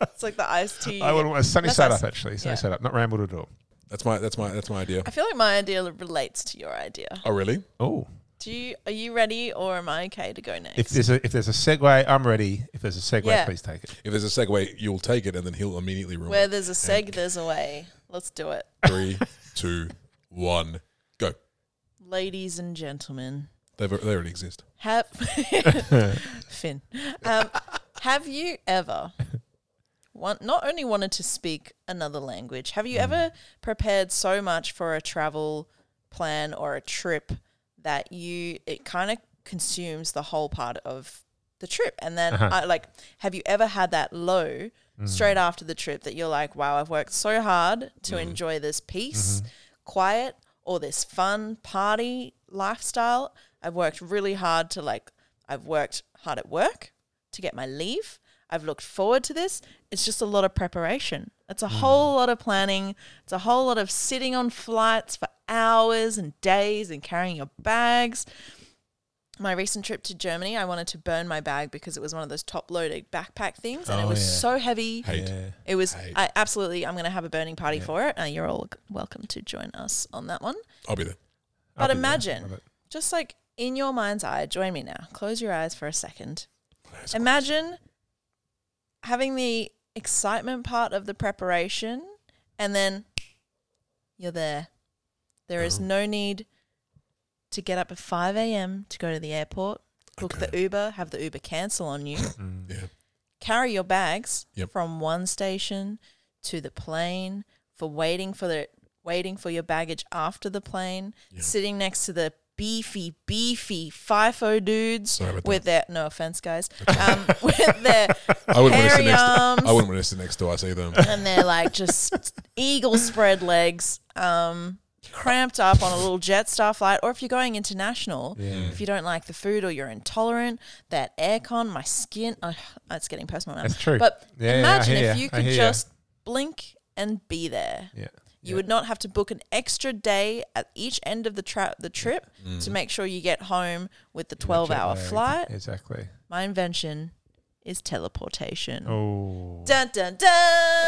A: it's like the iced tea.
C: I would want a sunny
A: Less
C: side
A: ice.
C: up actually. Sunny
A: Yeah.
C: side up, not rambled at all.
B: That's my that's my that's my idea.
A: I feel like my idea relates to your idea.
B: Oh really?
C: Oh.
A: Do you? Are you ready, or am I okay to go next?
C: If there's a if there's a segue, I'm ready. If there's a segue,
A: Yeah.
C: please take it.
B: If there's a segue, you'll take it, and then he'll immediately ruin.
A: Where
B: it.
A: there's a seg, there's a way. Let's do it.
B: Three, two, one, go.
A: Ladies and gentlemen,
B: They've, they already exist.
C: *laughs*
A: have Finn, um, have you ever want, not only wanted to speak another language, have you
C: Hmm.
A: ever prepared so much for a travel plan or a trip that you it kind of consumes the whole part of the trip, and then I, like, have you ever had that low? Straight after the trip, that you're like, wow, I've worked so hard to enjoy this peace, quiet, or this fun party lifestyle. I've worked really hard to like, I've worked hard at work to get my leave. I've looked forward to this. It's just a lot of preparation. It's a
C: Hmm.
A: whole lot of planning. It's a whole lot of sitting on flights for hours and days and carrying your bags. My recent trip to Germany, I wanted to burn my bag because it was one of those top loaded backpack things and it
C: Oh,
A: was
C: yeah.
A: so heavy.
B: Hate.
A: It was
B: Hate.
A: I, absolutely. I'm going to have a burning party for it. Uh, you're all welcome to join us on that one.
B: I'll be there.
C: I'll
A: But
C: be there. Love
A: imagine,
C: it.
A: just like in your mind's eye, join me now. Close your eyes for a second. imagine having the excitement part of the preparation, and then you're there. There is no need to get up at 5 a.m. to go to the airport, book the
B: Okay.
A: Uber, have the Uber cancel on you
B: Yeah.
A: carry your bags
B: Yep.
A: from one station to the plane for waiting for the waiting for your baggage after the plane, sitting next to the beefy, beefy FIFO dudes
B: Sorry about
A: with their no offense guys, um, with their
B: *laughs* I wouldn't want to sit
A: hairy
B: next.
A: arms
B: I wouldn't want to sit next to us either.
A: and they're like just eagle spread legs, um, cramped up on a little Jetstar flight. Or if you're going international, if you don't like the food or you're intolerant, that aircon, my skin, oh, it's getting personal now.
C: That's true.
A: But
C: Yeah, yeah, I
A: imagine
C: hear
A: if
C: ya.
A: you
C: I
A: could
C: hear ya.
A: just blink and be there.
C: Yeah.
A: You would not have to book an extra day at each end of the, tra- the trip
C: Mm.
A: to make sure you get home with the 12 hour
C: Jet lag,
A: flight.
C: Exactly.
A: My invention is teleportation.
C: Oh.
A: Dun, dun,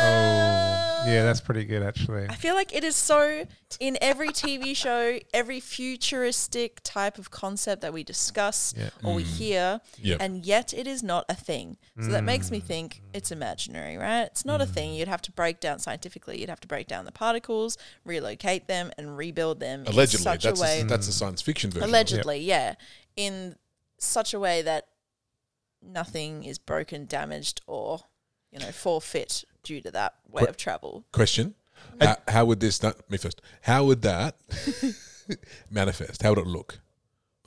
A: dun!
C: Oh. Yeah, that's pretty good actually.
A: I feel like it is so in every TV show, every futuristic type of concept that we discuss
C: Yeah.
A: or we hear,
B: Mm. Yep. Mm.
A: and yet it is not a thing. So that makes me think it's imaginary, right? It's not a thing. You'd have to break down scientifically, you'd have to break down the particles, relocate them, and rebuild them in
B: Allegedly,
A: such
B: that's
A: a way.
B: a, that's a science fiction version.
A: allegedly, yeah, in such a way that nothing is broken, damaged, or you know, forfeit due to that way
B: Quick-
A: of travel.
B: Question: how, how would this? Not, me first. How would that *laughs* manifest? How would it look?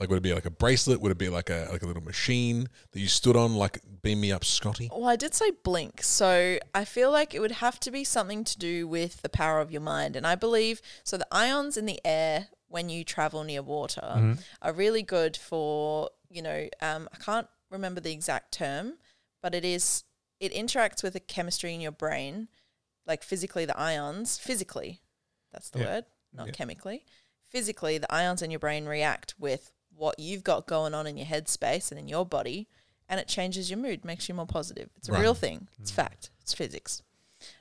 B: Like, would it be like a bracelet? Would it be like a like a little machine that you stood on? Like, beam me up, Scotty.
A: Well, I did say blink, so I feel like it would have to be something to do with the power of your mind. And I believe so the ions in the air when
C: Mm-hmm.
A: you travel near water are really good for, you know, um, I can't remember the exact term, but it is it interacts with the chemistry in your brain, like physically the ions, physically. That's the
C: Yeah.
A: word, not
C: Yeah.
A: chemically. Physically, the ions in your brain react with what you've got going on in your headspace and in your body, and it changes your mood, makes you more positive. It's a
B: Right.
A: real thing. It's
C: Mm.
A: fact. It's physics.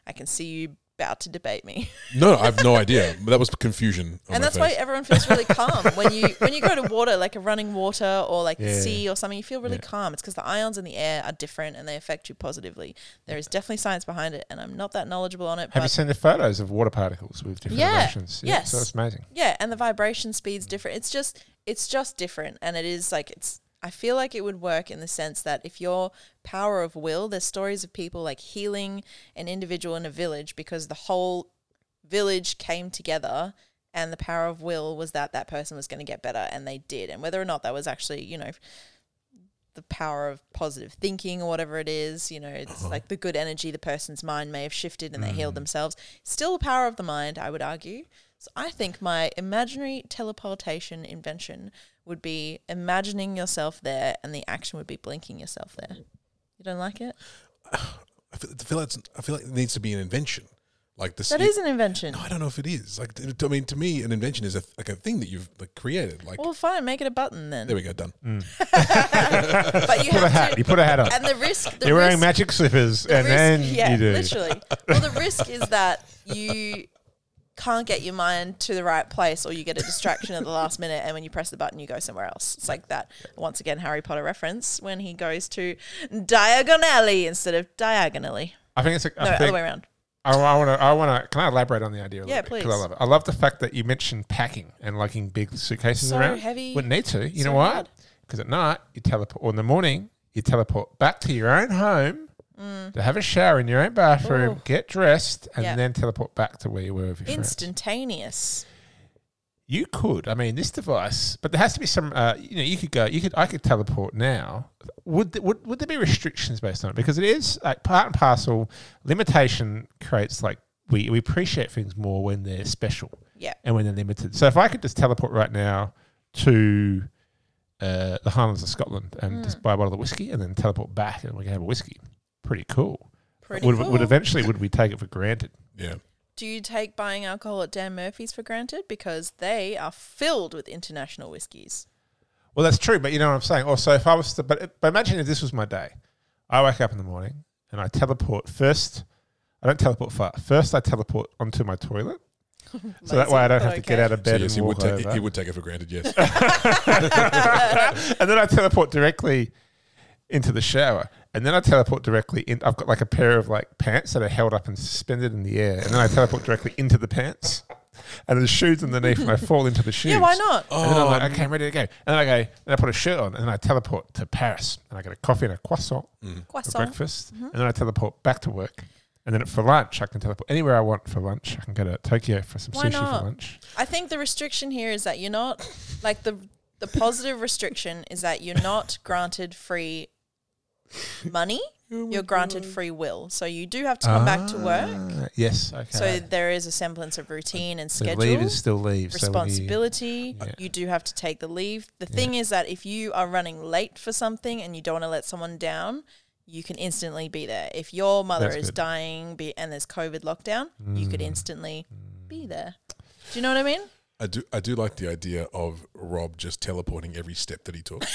A: I can see you about to debate me.
B: No, I
A: *laughs*
B: have no idea. But that was confusion. on
A: and
B: my
A: that's why
B: face.
A: everyone feels
C: *laughs*
A: really calm when you when you go to water like a running water or like
C: Yeah.
A: the sea or something you feel really
C: Yeah.
A: calm it's because the ions in the air are different and they affect you positively there is definitely science behind it and i'm not that knowledgeable on it
C: Have you
A: but
C: seen the photos of water particles with different
A: Yeah.
C: emotions?
A: Yes.
C: So it's amazing.
A: yeah and the vibration speed's different it's just it's just different and it is like it's i feel like it would work in the sense that if your power of will there's stories of people like healing an individual in a village because the whole village came together and the power of will was that that person was going to get better and they did and whether or not that was actually you know the power of positive thinking or whatever it is you know it's like the good energy the person's mind may have shifted and they
C: Mm.
A: healed themselves still the power of the mind i would argue so i think my imaginary teleportation invention would be imagining yourself there and the action would be blinking yourself there you don't like it
B: I feel, I feel like it's- I feel like it needs to be an invention. Like this.
A: That is an invention
B: I don't know if it is. Like, t- I mean, to me, an invention is a, like a thing that you've like created. Like,
A: well fine make it a button then
B: there we go, done.
C: Mm.
A: but
C: *laughs*
A: you
C: Put a
A: have
C: hat.
A: to
C: You put a hat on.
A: and the risk the
C: You're wearing
A: risk-
C: magic slippers, and
A: risk-
C: then
A: yeah,
C: you do.
A: literally. Well, the risk is that you can't get your mind to the right place, or you get a distraction at the last minute, and when you press the button, you go somewhere else. It's like that once again Harry Potter reference when he goes to Diagon Alley instead of diagonally.
C: I think it's. A,
A: No,
C: I
A: other
C: think
A: way around.
C: I, I want to. I want to. Can I elaborate on the idea? A
A: Yeah,
C: little bit? 'Cause I
A: please.
C: love it. I love the fact that you mentioned packing and lugging big suitcases
A: So
C: around.
A: heavy,
C: Wouldn't need to. You
A: so
C: know why?
A: hard.
C: Because at night you teleport, or in the morning you teleport back to your own home to have a shower in your own bathroom,
A: Mm. Ooh.
C: get dressed, and
A: Yeah.
C: then teleport back to where you were with your friends.
A: Instantaneous.
C: You could. I mean, this device, but there has to be some. Uh, you know, you could go. You could. I could teleport now. Would th- would would there be restrictions based on it? Because it is like part and parcel. Limitation creates like we we appreciate things more when they're special
A: Yeah.
C: and when they're limited. So if I could just teleport right now to uh, the Highlands of Scotland
A: Hmm.
C: and just buy a bottle of whiskey and then teleport back and we can have a whiskey, pretty cool.
A: Pretty
C: would
A: cool.
C: would eventually would we take it for granted?
B: Yeah.
A: Do you take buying alcohol at Dan Murphy's for granted? Because they are filled with international whiskies.
C: Well, that's true, but you know what I'm saying. Also, if I was to, but, but imagine if this was my day. I wake up in the morning and I teleport first. I don't teleport far. First, I teleport onto
A: *laughs*
C: my toilet, so that way I don't have to get out of
B: So
C: bed
B: yes, he
C: and
B: would,
C: walk
B: ta-
C: over.
B: he would take it for granted. Yes.
C: *laughs* and then I teleport directly into the shower, and then I teleport directly in. I've got like a pair of like pants that are held up and suspended in the air, and then I teleport directly into the pants, and the shoes underneath, and I fall into the shoes.
A: Yeah, why not?
C: And
B: Oh,
C: then I'm like, okay, I'm ready to go. And then I go, and I put a shirt on, and then I teleport to Paris, and I get a coffee and a croissant
B: mm.
C: for
A: Croissant. Mm-hmm.
C: breakfast, and then I teleport back to work. And then for lunch, I can teleport anywhere I want for lunch. I can go to Tokyo for some
A: Why
C: sushi
A: not?
C: for lunch.
A: I think the restriction here is that you're not like the the positive restriction is that you're not granted free money. you're granted free will. So you do have to come back to work.
C: Oh Ah, Yes. Okay.
A: So there is a semblance of routine and
C: So
A: schedule.
C: leave is still leave. so when you-
A: responsibility.
C: Yeah.
A: You do have to take the leave. The thing is that if you are running late for something and you don't want to let someone down, you can instantly be there. If your mother
C: That's
A: is
C: good. Mm.
A: dying be, and there's COVID lockdown, you could instantly be there. Do you know what I mean?
B: I do. I do like the idea of Rob just teleporting every step that he took.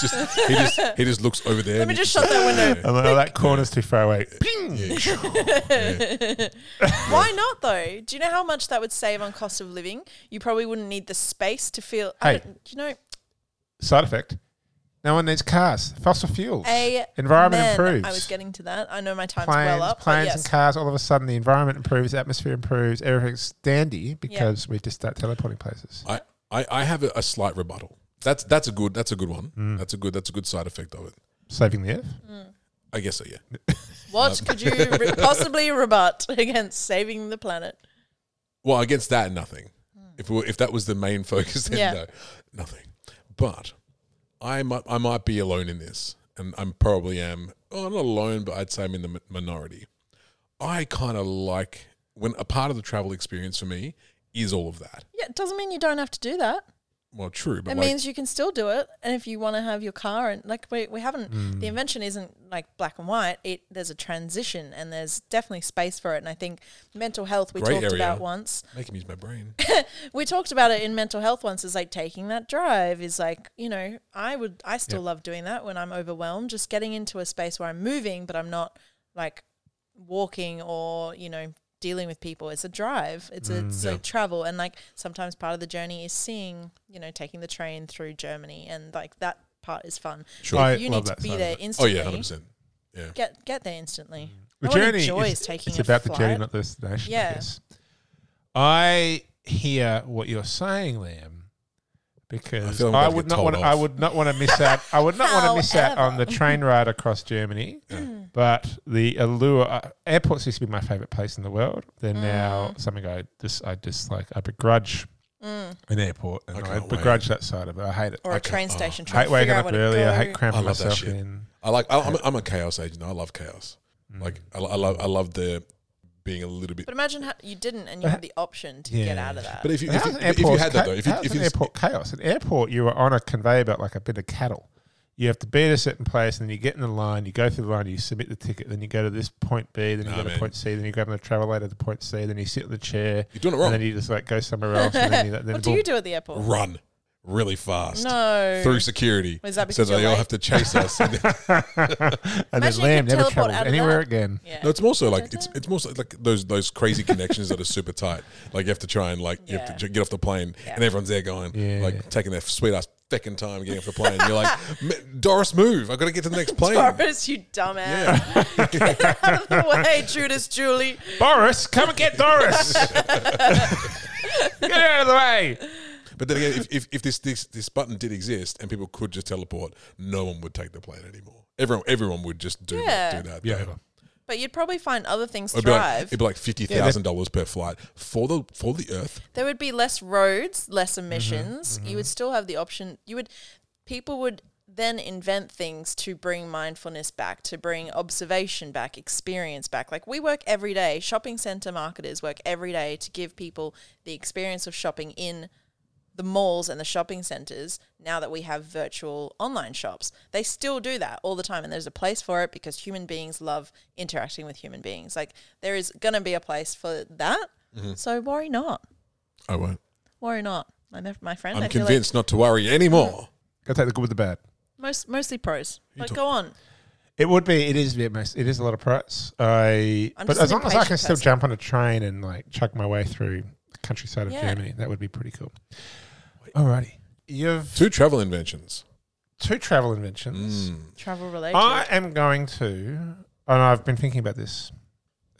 B: just he just he just looks over there.
A: Let
B: and
A: me
B: he
A: just shut that window.
C: I'm like, oh, that corner's too far away. Ping!
A: Why not though? Do you know how much that would save on cost of living? You probably wouldn't need the space to feel. I
C: Hey.
A: don't- you know,
C: Side effect. No one needs cars. Fossil fuels.
A: a
C: environment improves.
A: I was getting to that. I know my time's
C: planes,
A: well up. but
C: planes
A: yes.
C: and cars. All of a sudden, the environment improves, the atmosphere improves, everything's dandy because we just start teleporting places.
B: I, I, I have a, a slight rebuttal. That's that's a good that's a good one. That's a good that's a good side effect of it.
C: Saving the earth.
B: I guess so. Yeah.
A: What could
C: *laughs*
A: you re- possibly rebut *laughs* against saving the planet?
B: Well, against that, nothing. If we were, if that was the main *laughs* focus, then
A: Yeah.
B: no, nothing. But I might I might be alone in this, and I'm probably am. Oh, I'm not alone, but I'd say I'm in the mi- minority. I kind of like when a part of the travel experience for me is all of that.
A: Yeah, it doesn't mean you don't have to do that.
B: well, true, but
A: It
B: like,
A: means you can still do it, and if you want to have your car and like we, we haven't
C: Hmm.
A: the invention isn't like black and white. It there's a transition and there's definitely space for it. And I think mental health we
B: Grey
A: talked
B: area.
A: about once.
B: make him use my
A: *laughs*
B: brain.
A: We talked about it in mental health once. Is like taking that drive is like you know I would I still love doing that when I'm overwhelmed. Just getting into a space where I'm moving, but I'm not like walking or you know dealing with people. It's a drive. It's
C: Mm,
A: a, it's
B: Yeah.
A: a travel, and like sometimes part of the journey is seeing you know taking the train through Germany, and like that part is fun.
B: Sure.
C: I
A: You
C: love
A: need to
C: that
A: be
C: side of
A: there
C: it.
B: oh
A: instantly.
B: yeah, hundred percent. Yeah.
A: Get get there instantly.
C: Mm. The
A: No one
C: journey
A: enjoys
C: is,
A: taking
C: it's
A: a
C: about the journey,
A: flight.
C: not the destination.
A: Yeah.
C: I, guess. I hear what you're saying, Liam, because
B: feel I'm
C: I,
B: about to
C: would
B: get
C: not
B: told
C: want. I
B: off.
C: would not want to miss out. I would not want to miss out on
A: However.
C: the train ride
A: *clears throat*
C: across Germany. But the allure uh, airports used to be my favorite place in the world. They're
A: Mm.
C: now something I dis, I dislike. I begrudge an airport, and
B: I
C: I,
B: can't wait.
C: begrudge that side of it. I hate it.
A: Mm. Or
C: I
A: a train
B: oh,
A: station. Try
C: hate
A: to figure
C: waking
A: out
C: up
A: where to
C: early. I
A: go.
C: hate cramping
B: I love that
C: myself
B: shit.
C: in.
B: I like. I, I'm, a, I'm a chaos agent. I love chaos.
C: Mm.
B: Like I, lo- I love. I love the being a little bit.
A: But imagine how you didn't, and you had the option to get
C: Yeah.
A: out of that.
B: But if you if,
C: How's
B: you-
C: an
B: if you
C: airport's
B: had that
C: cha-
B: though, if you,
C: how's
B: if
C: an
B: you
C: airport chaos, an airport, you were on a conveyor belt like a bit of cattle. You have to be at a certain place, and then you get in the line. You go through the line. You submit the ticket. Then you go to this point B. Then you
B: Nah,
C: go to
B: man.
C: point C. Then you grab another travel later to point C. Then you sit in the chair,
B: you're doing it
C: and then
B: wrong,
C: you just like go somewhere else.
B: *laughs*
C: and then you, then
A: what do
C: boom.
A: you do at the airport?
B: run really fast
A: No.
B: through security.
A: Is that
B: so
A: because
B: they
A: you're
B: all
A: late?
B: have to chase
A: *laughs*
B: us. And then-
C: And then
A: Imagine you
C: Lamb
A: could
C: never
A: teleport
C: travels
A: out of
C: anywhere
A: that.
C: again.
A: Yeah. *laughs*
B: no, it's more so like it's it's more so like those those crazy connections that are super tight. Like you have to try and like you have to
A: Yeah.
B: j- get off the plane,
A: Yeah.
B: and everyone's there going
C: Yeah.
B: like taking their sweet ass fucking time getting off the plane. You're like, "M- Doris, move! I got to get to the next plane.
A: Boris, you dumbass.
B: Yeah,
A: *laughs* Out of the
B: *laughs*
A: way, Judas, Julie.
C: Boris, come and
A: *laughs*
C: get Doris. get out of the way.
B: but then again, if, if, if this, this this button did exist and people could just teleport, no one would take the plane anymore. Everyone everyone would just do
A: Yeah.
B: do that.
C: Yeah.
B: It'd
A: But you'd probably find other things
B: be like,
A: thrive.
B: it'd be like fifty thousand dollars per flight for the for the Earth.
A: there would be less roads, less emissions. You would still have the option. You would, people would then invent things to bring mindfulness back, to bring observation back, experience back. Like we work every day. Shopping center marketers work every day to give people the experience of shopping in the malls and the shopping centers now that we have virtual online shops. They still do that all the time and there's a place for it because human beings love interacting with human beings. Like there is going to be a place for that. So worry not.
B: I won't.
A: Worry not. My, me- my friend,
B: I'm
A: I feel like
B: convinced not to worry anymore.
C: Go take the good with the bad.
A: most, mostly pros. But go on.
C: It would be. It is. It most- it is a lot of price. I.
A: I'm
C: but
A: just
C: as
A: an
C: long as I
A: impatient
C: can still
A: person.
C: jump on a train and like chuck my way through the countryside of
A: Yeah.
C: Germany, that would be pretty cool. Alrighty, you've
B: Two travel inventions.
C: two travel inventions.
A: Travel related.
C: I am going to, and I've been thinking about this.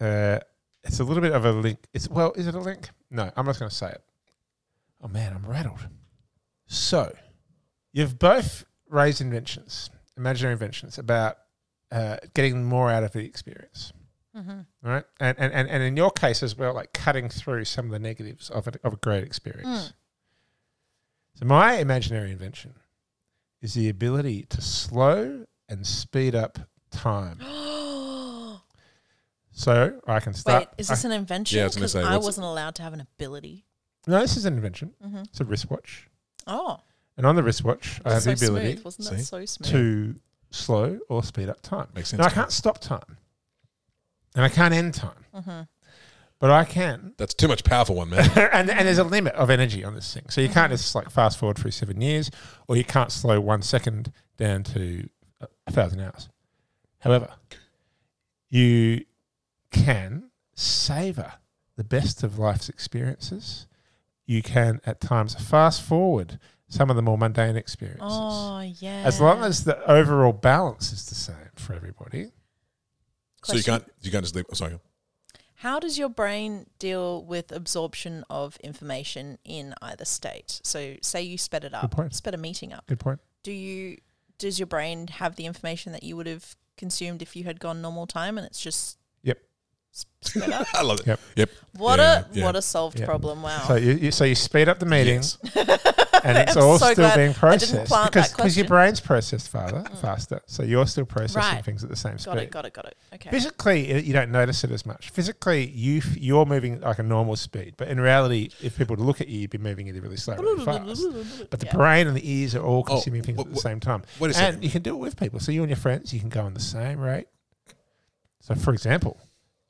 C: Uh, it's a little bit of a link. It's well, is it a link? No, I'm not going to say it. Oh man, I'm rattled. So, you've both raised inventions, imaginary inventions about uh, getting more out of the experience.
A: Mm-hmm.
B: *gasps*
C: All right, and, and and and in your case as well, like cutting through some of the negatives of a, of a great experience.
A: Mm.
C: So my imaginary invention is the ability to slow and speed up time, so I can
A: Wait,
C: start.
A: is this an invention?
B: Yeah, I was gonna
A: 'Cause
B: say,
A: I
B: what's-
A: wasn't allowed to have an ability.
C: I- no, this is an invention.
A: Mm-hmm.
C: It's a wristwatch,
A: Oh,
C: and on the wristwatch, I have
A: so
C: the ability
A: smooth. Wasn't that
B: See?
A: so smooth?
C: to slow or speed up time.
B: Makes sense.
C: Now I
B: Carl.
C: can't stop time, and I can't end time,
A: Mm-hmm.
C: but I can
B: That's too much power for one man.
C: *laughs* and, and there's a limit of energy on this thing. So you can't
A: Mm-hmm.
C: just like fast forward through seven years, or you can't slow one second down to a, a thousand hours. However, you can savor the best of life's experiences. You can at times fast forward some of the more mundane experiences.
A: Oh, yeah.
C: As long as the overall balance is the same for everybody.
B: so you
A: Question.
B: can't you can't just leave. Oh, sorry.
A: How does your brain deal with absorption of information in either state? So, say you sped it up,
C: point.
A: sped a meeting up.
C: Good point.
A: Do you does your brain have the information that you would have consumed if you had gone normal time, and it's just
C: Yep.
A: Sped
C: *laughs*
A: up.
B: *laughs* I love it.
C: Yep.
B: Yep.
A: What
B: Yeah,
A: a
B: yeah.
A: what a solved
C: Yeah.
A: problem! Wow.
C: So you, you so you speed up the meetings, and it's
A: I'm
C: all
A: so
C: still
A: glad *laughs* I
C: being
A: didn't
C: processed
A: plant
C: because
A: that
C: because your
A: question. Mm.
C: brain's processed farther, faster. So you're still processing
A: Right.
C: things at the same
A: got
C: speed.
A: it. Got it. Got it. Okay.
C: Physically, uh, you don't notice it as much. Physically, you f- you're moving at like a normal speed, but in reality, if people were to look at you, you'd be moving either really slow,
A: *laughs*
C: or really fast. But the
A: Yeah.
C: brain and the ears are all
B: Oh,
C: consuming things
B: wha-
C: at the
B: wha-
C: same time.
B: wait a
C: and
B: second.
C: you can do it with people. So you and your friends, you can go on the same rate. So, for example,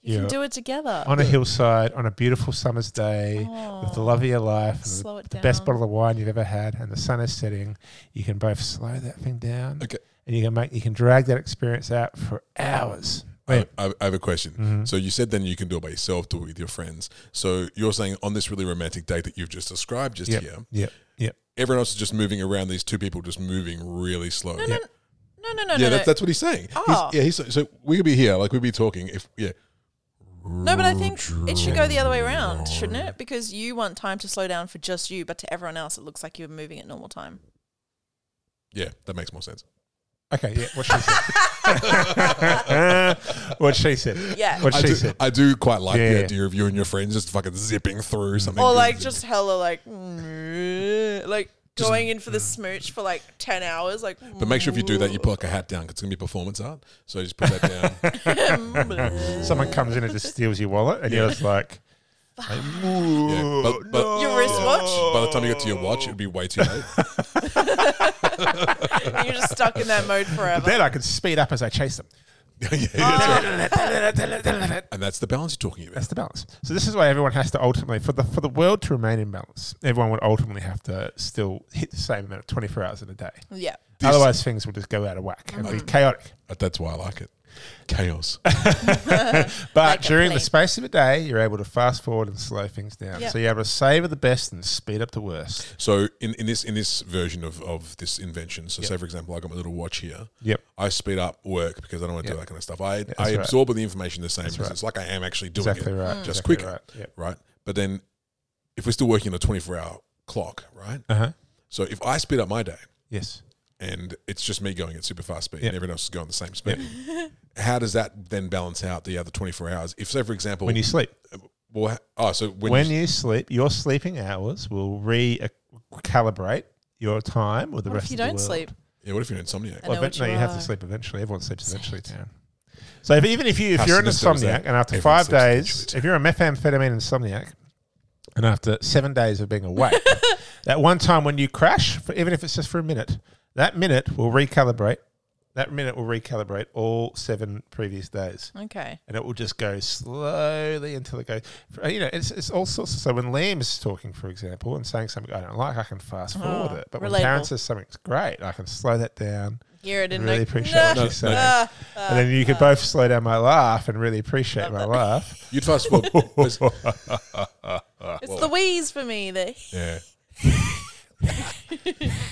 A: you
C: yeah.
A: can do it together.
C: on a hillside on a beautiful summer's day with the
A: Aw,
C: love of your life, and the,
A: Oh, slow it
C: the
A: down.
C: best bottle of wine you've ever had, and the sun is setting. You can both slow that thing down,
B: Okay.
C: and you can make you can drag that experience out for hours.
B: I, I I have a question.
C: Mhm.
B: So you said then you can do it by yourself, do it with your friends. So you're saying on this really romantic date that you've just described just here,
C: Yep, yep.
B: everyone else is just moving around. These two people just moving really slow.
A: No, no, no, no, no,
B: yeah,
A: no, no.
B: that, that's what he's saying. He's-
A: Oh.
B: yeah, he's, so we could be here, like we'd be talking. If yeah,
A: No, but I think it should go the other way around, shouldn't it? Because you want time to slow down for just you, but to everyone else, it looks like you're moving at normal
C: *laughs*
A: time. *laughs*
B: yeah, that makes more sense.
C: Mm-hmm. Okay, yeah. What she said. *laughs* what she said.
A: Yeah.
C: What
B: I
C: she
B: do,
C: said.
B: I do quite like
C: Yeah, Mm.
B: the
C: yeah.
B: idea of you and your friends just fucking zipping through something.
A: Or like just hella like, *laughs* like going in for the smooch for like 10 hours. Like,
B: But make sure if you do that, you
A: *laughs*
B: put like a hat down 'cause it's gonna be performance art. So just put that down.
C: *laughs* Someone comes in and just steals your wallet, and you're
A: *laughs*
C: just like,
B: Yeah, but, but
A: Your wristwatch?
B: yeah. By the time you get to your watch, it'd be way too late. *laughs*
A: and you're just stuck in that mode forever.
C: then I can speed up as I chase them.
B: Yeah,
A: Oh.
B: that's right. And that's the balance you're talking about.
C: That's the balance. So this is why everyone has to ultimately, for the for the world to remain in balance, everyone would ultimately have to still hit the same amount of twenty four hours in a day.
A: yeah.
B: This-
C: Otherwise, things will just go out of whack and
A: Mm-hmm.
C: be chaotic.
B: Uh, That's why I like it. Chaos.
C: But
A: Like a
C: during
A: plane.
C: the space of a day, you're able to fast forward and slow things down.
A: Yep.
C: So you're able to savor the best and speed up the worst.
B: So in, in this in this version of, of this invention, so say for example, I got my little watch here.
C: Yep.
B: I speed up work because I don't want to do
C: Yeah.
B: that kind of stuff. I, I
C: that's right.
B: absorb all the information the same because
C: right.
B: it's like I am actually doing
C: Exactly
B: it,
A: Mm.
C: right.
B: just
C: exactly
B: quicker,
C: Right. Yep.
B: right? But then, if we're still working on a twenty four hour clock, right?
C: Uh huh.
B: So if I speed up my day
C: Yes.
B: and it's just me going at super fast speed
C: Yeah.
B: and everyone else is going the same speed, how does that then balance out the other twenty four hours? If say for example,
C: When you sleep,
B: well, ha- oh, so when,
C: when, you, sleep, your sleeping hours will recalibrate your time with the
A: What
C: rest
A: if you
C: of the
A: don't
C: world.
A: sleep?
B: yeah, what if you're insomniac?
A: I
C: Well,
A: know what
C: eventually,
A: you
C: you have to
A: are.
C: sleep eventually. Everyone sleeps eventually, Dan. So if, even if you if
B: How
C: you're an
B: sinister is
C: insomniac
B: that?
C: and after
B: Everyone
C: five
B: sleeps
C: days,
B: eventually.
C: if you're a methamphetamine insomniac, and after seven days of
A: *laughs*
C: being awake, that one time when you crash, for, even if it's just for a minute, that minute will recalibrate. That minute will recalibrate all seven previous days,
A: Okay.
C: and it will just go slowly until it goes. for- You know, it's, it's all sorts. Of, so when Liam is talking, for example, and saying something I don't like, I can fast forward
A: Oh,
C: it. But when
A: relatable.
C: Karen says something's great, I can slow that down.
A: Here I didn't
C: Really
A: know.
C: appreciate
A: Nah.
C: what
B: No,
C: you said.
A: Ah,
C: and then you could both slow down my laugh and really appreciate my laugh.
B: You'd fast
C: *laughs*
B: forward. but-
A: uh, it's the wheeze for me. The
B: yeah. *laughs*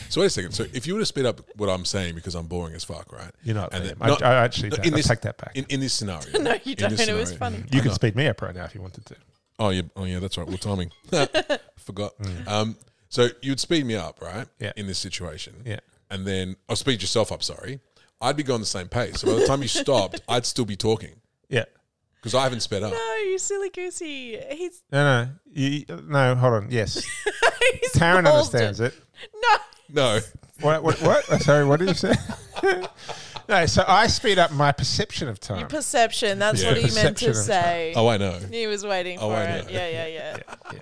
B: so wait a second. So if you were to speed up what I'm saying because I'm boring as fuck, right?
C: You're not
B: And
C: Liam.
B: then- no,
C: I, I actually
B: no,
C: don't.
B: in
C: I
B: this-
C: take that back.
B: in, in this scenario,
A: No, you
B: in
A: don't.
B: this
A: It was funny.
C: you
B: I
C: can
B: know.
C: speed me up right now if you wanted to.
B: Oh yeah, oh yeah, that's right. Well, timing. *laughs* Forgot. Um, so you'd speed me up, right?
C: Mm. Yeah.
B: In this situation,
C: Yeah.
B: and then I'll speed yourself up. Sorry, I'd be going the same pace. So by the time you stopped, I'd still be talking
C: Yeah.
B: because I haven't sped up.
A: no, you silly goosey. He's
C: No, no. You, no, hold on. Yes.
A: *laughs* he's
C: Taryn
A: ballsed
C: understands it.
A: No,
B: No,
C: What? What? what? Oh, Sorry, what did you say? *laughs* no, so I speed up my perception of time.
A: your perception. That's
B: Yeah.
A: what he meant
C: Perception
A: to
C: of time.
A: say.
B: oh I know.
A: He was waiting
B: Oh,
A: for
B: I
A: it.
B: know.
A: Yeah, yeah, yeah,
C: yeah.